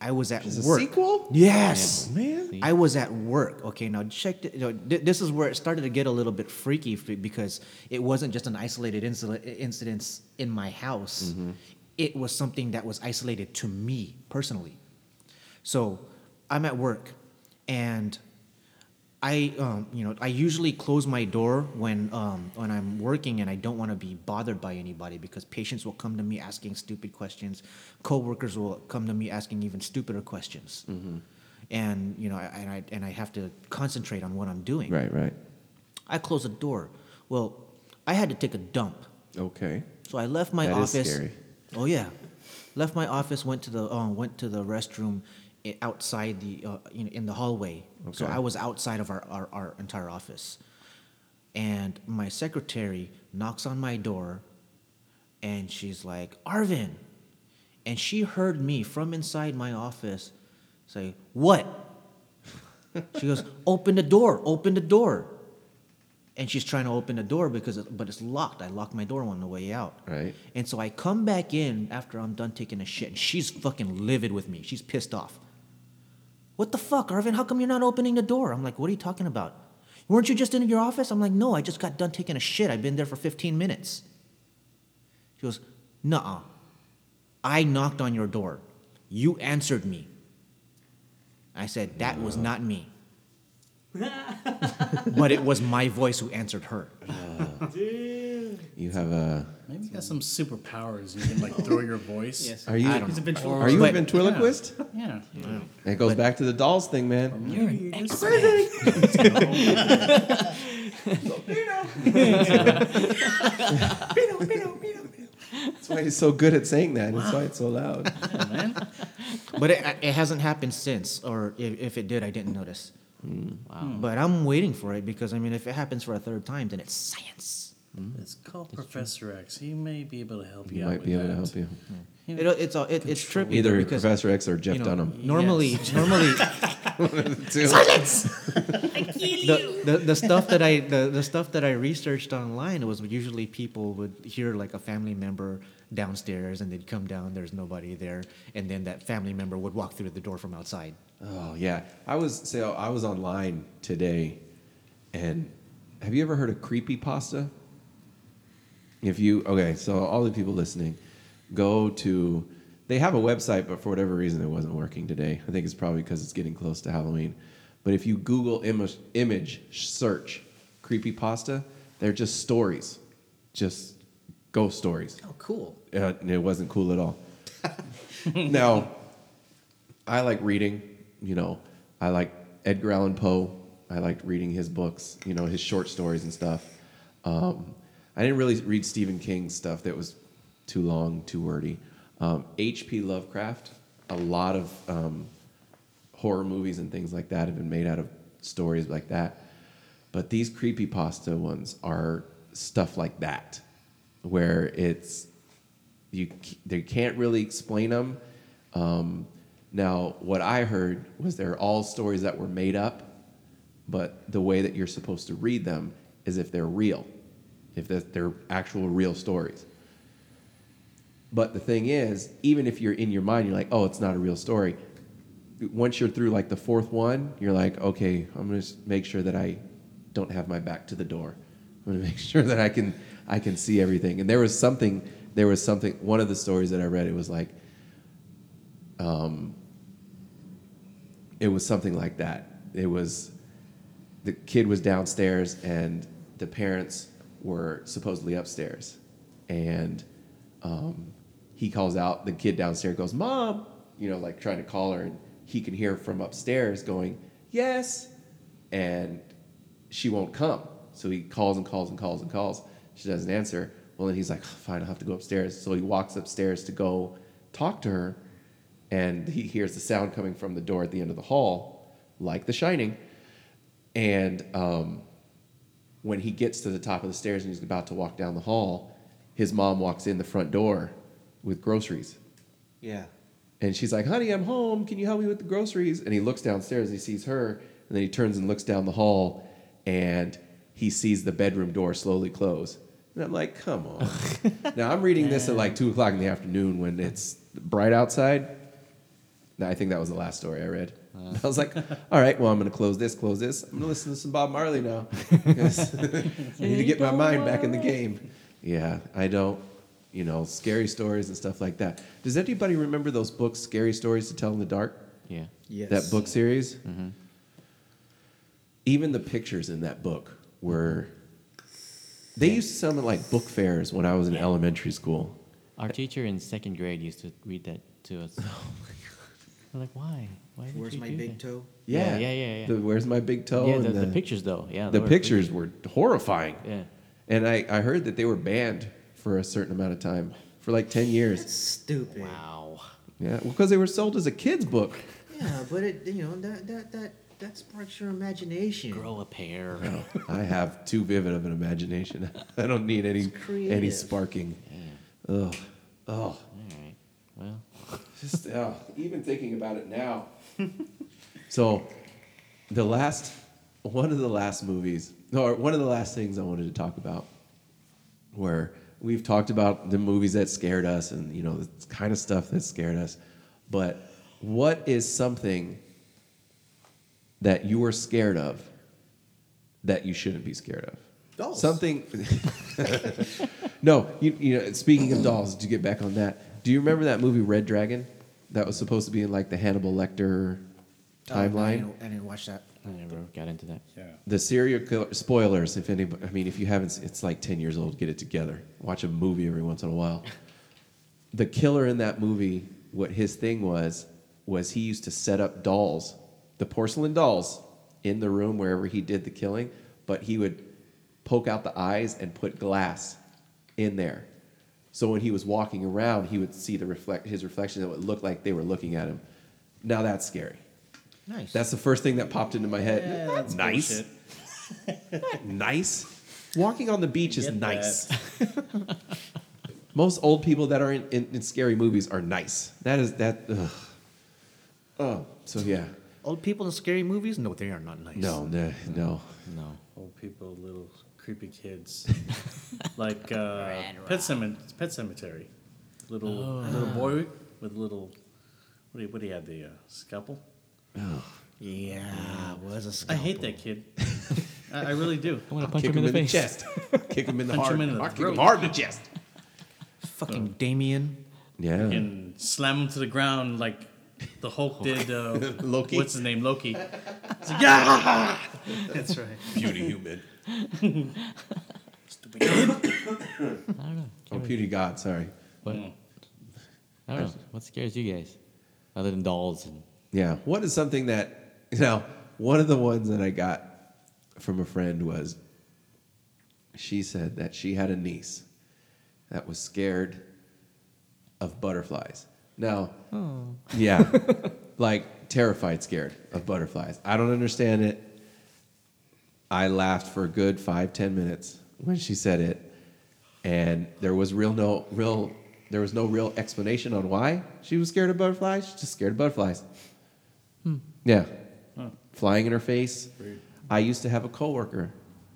I was at Is this a work. sequel? Yes. Man. I was at work. Okay, now check. Th- you know, th- this is where it started to get a little bit freaky f- because it wasn't just an isolated incident incidents in my house. It was something that was isolated to me personally. So I'm at work, and I, um, you know, I usually close my door when um, when I'm working and I don't want to be bothered by anybody because patients will come to me asking stupid questions, coworkers will come to me asking even stupider questions, and you know, I, and I and I have to concentrate on what I'm doing. Right, right. I close the door. Well, I had to take a dump. Okay. So I left my That is office. scary. Oh yeah, left my office. Went to the um, went to the restroom i- outside the uh, you know, in the hallway. So Okay. I was outside of our, our, our entire office, and my secretary knocks on my door, and she's like, "Arvin," and she heard me from inside my office say, "What?" she goes, "Open the door! Open the door!" And she's trying to open the door because, it, but it's locked. I locked my door on the way out. Right. And so I come back in after I'm done taking a shit, and she's fucking livid with me. She's pissed off. What the fuck, Arvin? How come you're not opening the door? I'm like, what are you talking about? Weren't you just in your office? I'm like, no, I just got done taking a shit. I've been there for 15 minutes. She goes, nuh uh. I knocked on your door. You answered me. I said, that was not me. but it was my voice who answered her. You have a. Maybe you got some superpowers. You can like throw your voice. Yes. Are you? I don't He's a ventriloquist. Are you But- a ventriloquist? Yeah. It goes back to the dolls thing, man. You're an That's why he's so good at saying that. That's why it's so *laughs* loud. But it, it hasn't happened since, or if, if it did, I didn't notice. But I'm waiting for it because I mean, if it happens for a third time, then it's science. It's called Professor X. He may be able to help He you out. might with be able that. to help you. It, it's all it, it's trippy Either though, because Professor X or Jeff you know, Dunham. Normally, *laughs* normally *laughs* the, the, the stuff that I the, the stuff that I researched online was usually people would hear like a family member downstairs and they'd come down there's nobody there and then that family member would walk through the door from outside Oh yeah, I was so I was online today, and have you ever heard of creepy pasta? If you okay, so all the people listening, go to they have a website, but for whatever reason it wasn't working today. I think it's probably because it's getting close to Halloween. But if you Google image, image search creepy pasta, they're just stories, just ghost stories. oh cool Uh, and it wasn't cool at *laughs* all. now, I like reading. You know, I like Edgar Allan Poe. I liked reading his books. You know, his short stories and stuff. Um, I didn't really read Stephen King's stuff that was too long, too wordy. Um, H.P. Lovecraft. A lot of um, horror movies and things like that have been made out of stories like that. But these creepypasta ones are stuff like that, where it's you c- they can't really explain them. Um, now, what I heard was they're all stories that were made up, but the way that you're supposed to read them is if they're real, if that they're actual real stories. But the thing is, even if you're in your mind, you're like, oh, it's not a real story. Once you're through like the fourth one, you're like, okay, I'm gonna s- make sure that I don't have my back to the door. I'm gonna *laughs* make sure that I can I can see everything. And there was something, there was something. One of the stories that I read, it was like, um, it was something like that. It was the kid was downstairs and the parents were supposedly upstairs and um, he calls out the kid downstairs goes mom you know like trying to call her and he can hear from upstairs going yes and she won't come so he calls and calls and calls and calls she doesn't answer well then he's like "Oh, fine i'll have to go upstairs so he walks upstairs to go talk to her and he hears the sound coming from the door at the end of the hall like the shining and um, when he gets to the top of the stairs and he's about to walk down the hall, his mom walks in the front door with groceries. Yeah. And she's like, honey, I'm home. Can you help me with the groceries? And he looks downstairs and he sees her. And then he turns and looks down the hall and he sees the bedroom door slowly close. And I'm like, come on. now I'm reading this at like two o'clock in the afternoon when it's bright outside. Now, I think that was the last story I read. *laughs* I was like, all right, well, I'm going to close this, close this. I'm going to listen to some Bob Marley now. *laughs* 'Cause I need to get my mind back in the game. Yeah, I don't, you know, scary stories and stuff like that. Does anybody remember those books, Scary Stories to Tell in the Dark? Yeah. Yes. That book series? Mm-hmm. Even the pictures in that book were. They used to sell them at like book fairs when I was in elementary school. Our teacher in second grade used to read that to *laughs* us. Oh We're like, why? Why would Where's you my do big that? toe? Yeah, Yeah, yeah, yeah, yeah. The Where's My Big Toe? Yeah, and the, the, pictures though. Yeah, the they were pictures were horrifying. Yeah. And I, I heard that they were banned for a certain amount of time, for like 10 That's years. stupid. Wow. Yeah, because they were sold as a kid's book. Yeah, but it you know that that that that sparks your imagination. Grow a pair. I have too vivid of an imagination. *laughs* I don't need any any creative. sparking. Ugh. Oh, All right. Well, just uh, even thinking about it now. *laughs* so, the last one of the last movies, or one of the last things I wanted to talk about, where we've talked about the movies that scared us and you know the kind of stuff that scared us, but what is something that you are scared of that you shouldn't be scared of? Dolls. Something. *laughs* no, you, you know. Speaking of dolls, to get back on that, do you remember that movie Red Dragon? That was supposed to be in like the Hannibal Lecter Oh, no, I timeline. didn't- I didn't watch that I never got into that. the serial killer spoilers. If any, I mean, if you haven't, it's like ten years old. Get it together. Watch a movie every once in a while. The killer in that movie, what his thing was, was he used to set up dolls, the porcelain dolls, in the room wherever he did the killing. But he would poke out the eyes and put glass in there. So when he was walking around, he would see the reflect his reflection that would look like they were looking at him. Now that's scary. nice That's the first thing that popped into my head. nice. nice. Walking on the beach is Get nice. *laughs* Most old people that are in, in, in scary movies are nice. That is that. Ugh. Oh, so yeah. Old people in scary movies? No, they are not nice. No, no, no. No. Old people, little creepy *laughs* kids, like uh, Pet, Cemet- Pet Cemetery. Little Oh. little boy with little. What do you, what do you have? The uh, scalpel. Yeah, was a I scalpel. hate that kid. I, I *laughs* really do. I want to punch Kick him in the face. chest. Kick him in the Punch heart. him in the Hard- Kick him throat. hard in the chest. Fucking Damien. Yeah. And slam him to the ground like the Hulk did. Uh, *laughs* Loki. What's his name? Loki. That's right. Beauty human. I don't know. Oh, beauty god. Sorry. What? I don't know. Oh. What scares you guys, other than dolls and Yeah. What is something that now? One of the ones that I got from a friend was she said that she had a niece that was scared of butterflies. Now, yeah, like terrified, scared of butterflies. I don't understand it. I laughed for a good five, ten minutes when she said it, and there was real no real there was no real explanation on why she was scared of butterflies. She's just scared of butterflies. Yeah, flying in her face. I used to have a coworker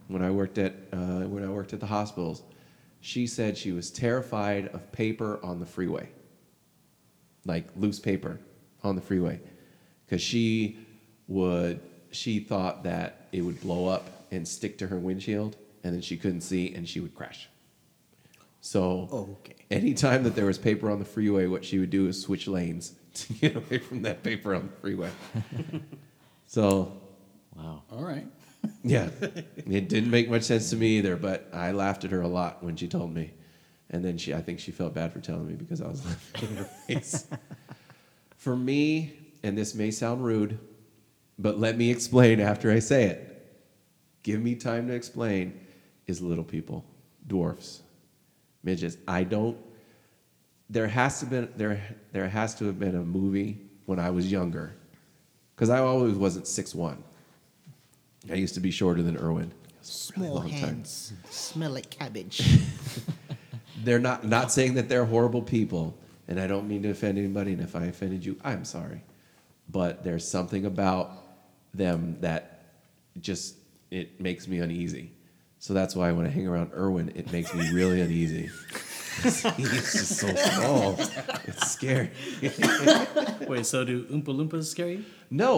when I worked at uh, when I worked at the hospitals. She said she was terrified of paper on the freeway like loose paper on the freeway because she would she thought that it would blow up and stick to her windshield and then she couldn't see and she would crash so Okay. anytime that there was paper on the freeway what she would do is switch lanes *laughs* to get away from that paper on the freeway so wow. All right. *laughs* yeah. it didn't make much sense to me either, but I laughed at her a lot when she told me. And then she I think she felt bad for telling me because I was laughing in her face. For me, and this may sound rude, but let me explain after I say it. Give me time to explain is little people, dwarfs, midgets. I don't there has to been there there has to have been a movie when I was younger. Cuz I always wasn't 6'1". I used to be shorter than Irwin. Small long time. hands. Smell like cabbage. They're not not saying that they're horrible people, and I don't mean to offend anybody. And if I offended you, I'm sorry. But there's something about them that just it makes me uneasy. So that's why when I hang around Irwin, it makes me really uneasy. *laughs* He's just so small. It's scary. Wait. So do Oompa Loompas scare you? No,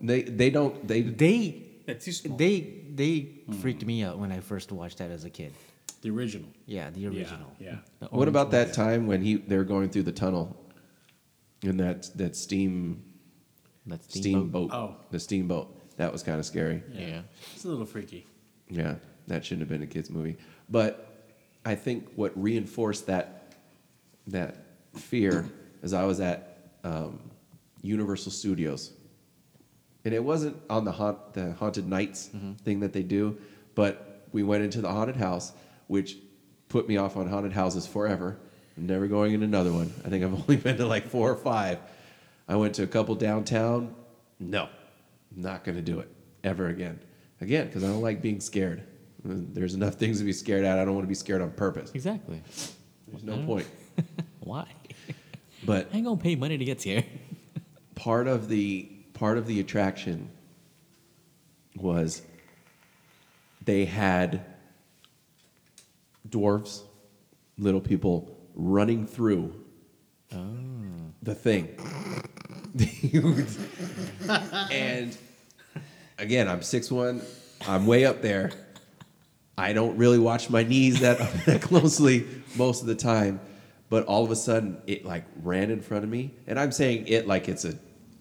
they they don't they they That's too small. they they Hmm. freaked me out when I first watched that as a kid. The original. Yeah, the Yeah, original. Yeah. The What orange about one. that time when he they were going through the tunnel, and that that steam That steamboat, steamboat. Oh. the steamboat that was kind of scary. Yeah. It's a little freaky. Yeah, that shouldn't have been a kids movie. But I think what reinforced that that fear is I was at um, Universal Studios, and it wasn't on the haunt, the haunted nights thing that they do, but we went into the haunted house, which put me off on haunted houses forever. I'm never going in another one. I think I've *laughs* only been to like four or five. I went to a couple downtown. No, not going to do it ever again. Again, because I don't like being scared. There's enough things to be scared at. I don't want to be scared on purpose. Exactly. There's no point. Why? *laughs* But I ain't gonna pay money to get scared. part of the part of the attraction was they had dwarves, little people running through the thing. *laughs* and again, I'm 6'1, I'm way up there. I don't really watch my knees that, *laughs* that closely most of the time, but all of a sudden it like ran in front of me, and I'm saying it like it's a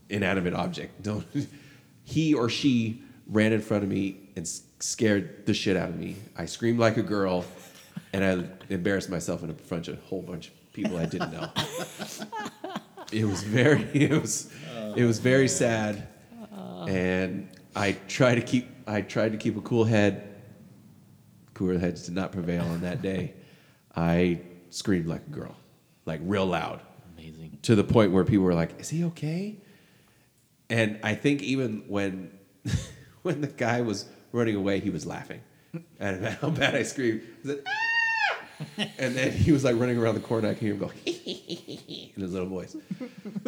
inanimate object. Don't *laughs* he or she ran in front of me and s- scared the shit out of me. I screamed like a girl, and I embarrassed myself in front of a whole bunch of people I didn't know. it was very *laughs* it was it was very sad, and I tried to keep I tried to keep a cool head cooler heads did not prevail on that day. I screamed like a girl, like real loud, Amazing. to the point where people were like, "Is he okay?" *laughs* And I think even when when the guy was running away, he was laughing. And about *laughs* how bad I screamed. I said, "Ah!" And then he was like running around the corner. I could hear him go *laughs* in his little voice.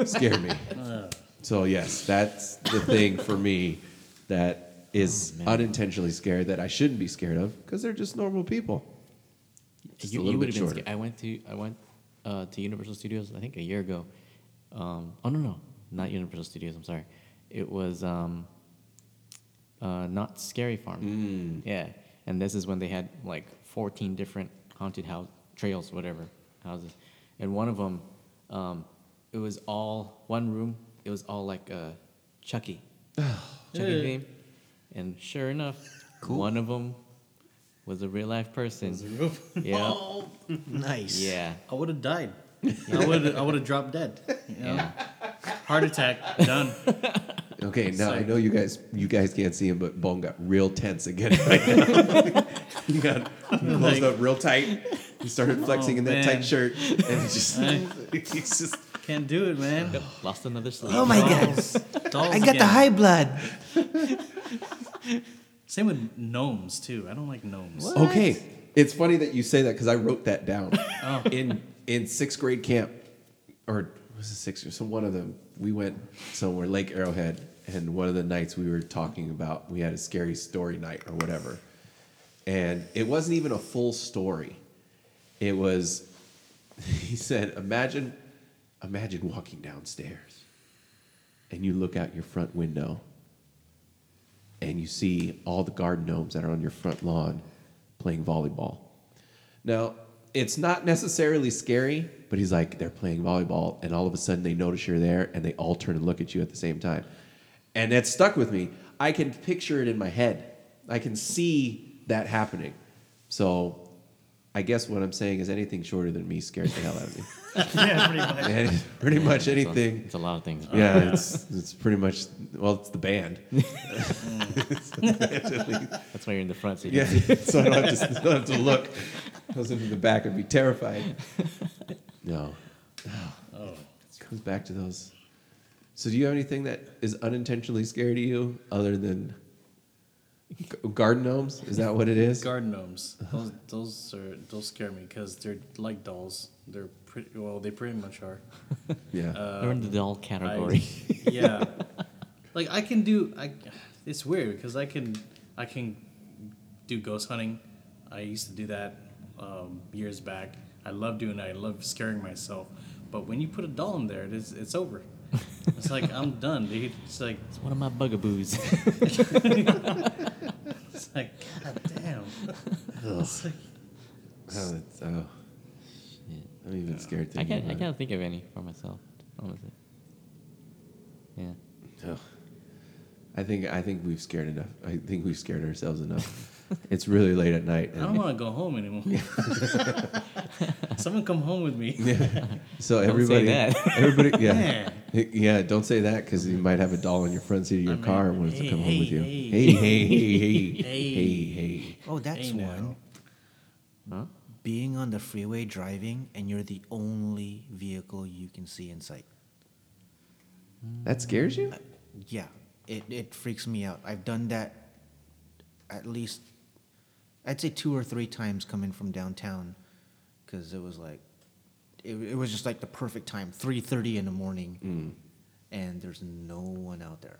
Scared me. So yes, that's the thing for me that is unintentionally scared that I shouldn't be scared of because they're just normal people. Just a little bit would've been shorter. scared. I went to I went uh, to Universal Studios I think a year ago. Um, oh no no, not Universal Studios. I'm sorry. It was um, uh, not Scary Mm. Farm. Yeah, and this is when they had like 14 different haunted house trails, whatever houses, and one of them, um, it was all one room. It was all like uh, Chucky, *sighs* Chucky Yeah. theme, and sure enough, one of them was a real life person. *laughs* Oh, Yeah. nice. Yeah. I would have died. I would I would have dropped dead. you know? Yeah. Heart attack. Done. Okay, now I like- know you guys you guys can't see him, but Bone got real tense again *laughs* right now. he got he closed Like- Oh, up real tight. He started flexing in that man. tight shirt, and he just *laughs* he's just Can't do it, man. Lost another sleep. Oh my god. Dolls. Dolls I got the again. high blood. *laughs* Same with gnomes too. I don't like gnomes. okay. It's funny that you say that because I wrote that down in in sixth grade camp, or was it sixth? or So one of them we went somewhere Lake Arrowhead, and one of the nights we were talking about we had a scary story night or whatever, and it wasn't even a full story. It was *laughs* he said, imagine, imagine walking downstairs and you look out your front window and you see all the garden gnomes that are on your front lawn playing volleyball. Now, it's not necessarily scary, but he's like, they're playing volleyball, and all of a sudden they notice you're there and they all turn and look at you at the same time. And that stuck with me. I can picture it in my head, I can see that happening. So I guess what I'm saying is anything shorter than me scares the hell out of me. *laughs* yeah, pretty *laughs* much. And pretty much It's a- anything. It's a lot of things. bro. Yeah, it's it's pretty much well, it's the band. That's why you're in the front seat. Yeah, *laughs* so I don't have to, I don't have to look. I was in the back and be terrified. No. Oh. It comes back to those. So, do you have anything that is unintentionally scary to you other than g- garden gnomes? Is that what it is? Garden gnomes. Those those are those scare me because they're like dolls. They're pretty well. They pretty much are. yeah. They're in the doll category. *laughs* I, yeah. Like I can do I it's weird because I can I can do ghost hunting. I used to do that um, years back. I love doing that. I love scaring myself. But when you put a doll in there, it is it's over. It's like I'm done, dude. It's like It's one of my *laughs* bugaboos. it's like god damn. It's like oh, that's, oh. I'm even scared I thinking can't. I about it. can't think of any for myself, honestly. Yeah. Oh. I think I think we've scared enough. I think we've scared ourselves enough. it's really late at night. I And don't want to go home anymore. Someone come home with me. So say everybody, that. *laughs* everybody, yeah, Yeah. yeah. Don't say that because you might have a doll in your front seat of your mean, car and wants to hey, come home with hey, you. hey. Hey, hey, hey, *laughs* hey, hey, Hey. hey. Oh, that's Hey, now. one. Huh? Being on the freeway driving and you're the only vehicle you can see in sight. Uh, That scares you? Yeah, it, it freaks me out. I've done that at least, I'd say two or three times coming from downtown because it was like, it, it was just like the perfect time, 3.30 in the morning, Mm. and there's no one out there.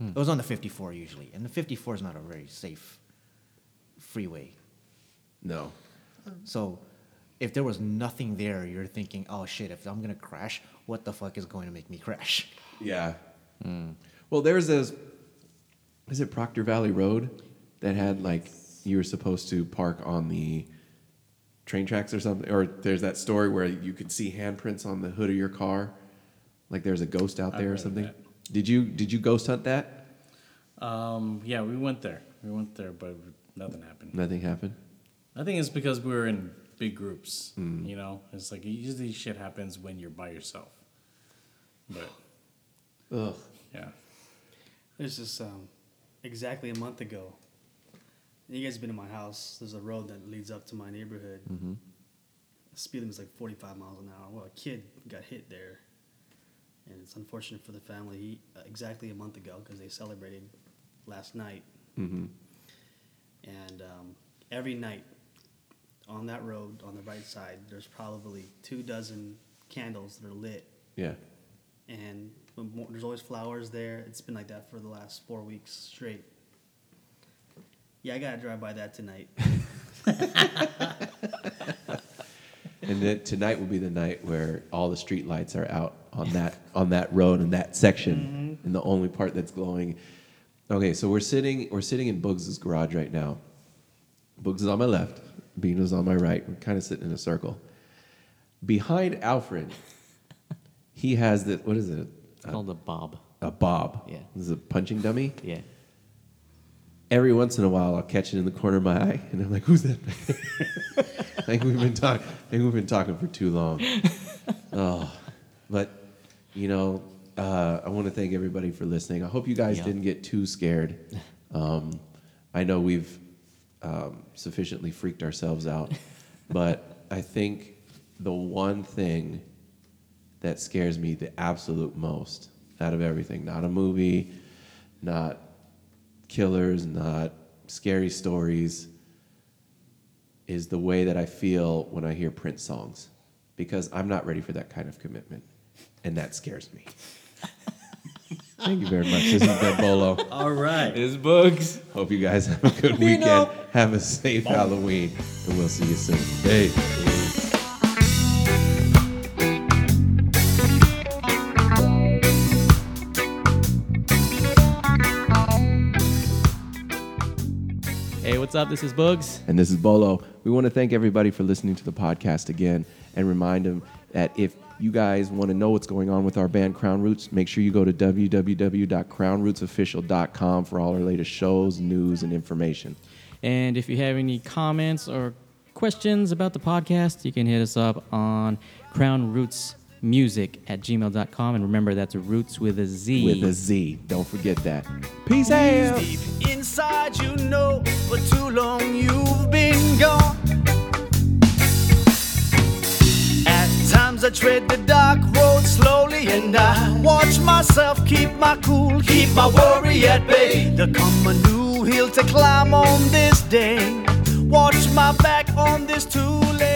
It was on the 54 usually, and the 54 is not a very safe freeway. No. So if there was nothing there, you're thinking, oh shit, if I'm gonna crash, what the fuck is going to make me crash? Yeah. Hmm. Well, there's this. Is it Proctor Valley Road that had like you were supposed to park on the train tracks or something? Or there's that story where you could see handprints on the hood of your car, like there's a ghost out there or heard of something. that. Did you did you ghost hunt that? Um, yeah, we went there. We went there, but nothing happened. Nothing happened. I think it's because we were in big groups. You know, it's like usually shit happens when you're by yourself. But Ugh. yeah, There's just um, exactly a month ago. You guys have been in my house. There's a road that leads up to my neighborhood. Speed limit's like 45 miles an hour. Well, a kid got hit there, and it's unfortunate uh, for the family. He, exactly a month ago, because they celebrated last night. and um, every night on that road on the right side, there's probably two dozen candles that are lit, Yeah. and when mo- there's always flowers there. It's been like that for the last four weeks straight. Yeah, I gotta drive by that tonight. And then tonight will be the night where all the street lights are out on that on that road and that section, and the only part that's glowing. Okay, so we're sitting we're sitting in Boogs' garage right now. Boogs is on my left, Bino's on my right. We're kind of sitting in a circle. Behind Alfred, he has the what is it? It's called a bob. A bob. Yeah. This is a punching dummy. Yeah. every once in a while I'll catch it in the corner of my eye and I'm like, who's that? I *laughs* think we've been talking I think we've been talking for too long. oh. But you know, uh, I want to thank everybody for listening. I hope you guys Yeah. didn't get too scared. Um, I know we've um, sufficiently freaked ourselves out, but I think the one thing that scares me the absolute most out of everything, not a movie, not killers, not scary stories, is the way that I feel when I hear Prince songs because I'm not ready for that kind of commitment. And that scares me. Thank you very much. This is Ben Bolo. All right. It's books. Hope you guys have a good weekend. Have a safe Halloween, and we'll see you soon. Hey. Hey, what's up? This is Boogs. And this is Bolo. We want to thank everybody for listening to the podcast again and remind them that if you guys want to know what's going on with our band Crown Roots, make sure you go to www.crownrootsofficial.com for all our latest shows, news, and information. And if you have any comments or questions about the podcast, you can hit us up on crownrootsmusic at gmail.com. And remember, that's roots with a Z. With a Z. Don't forget that. Peace out. deep inside you know for too long you've been gone at times i tread the dark road slowly and i watch myself keep my cool keep my worry at bay there come a new hill to climb on this day watch my back on this too late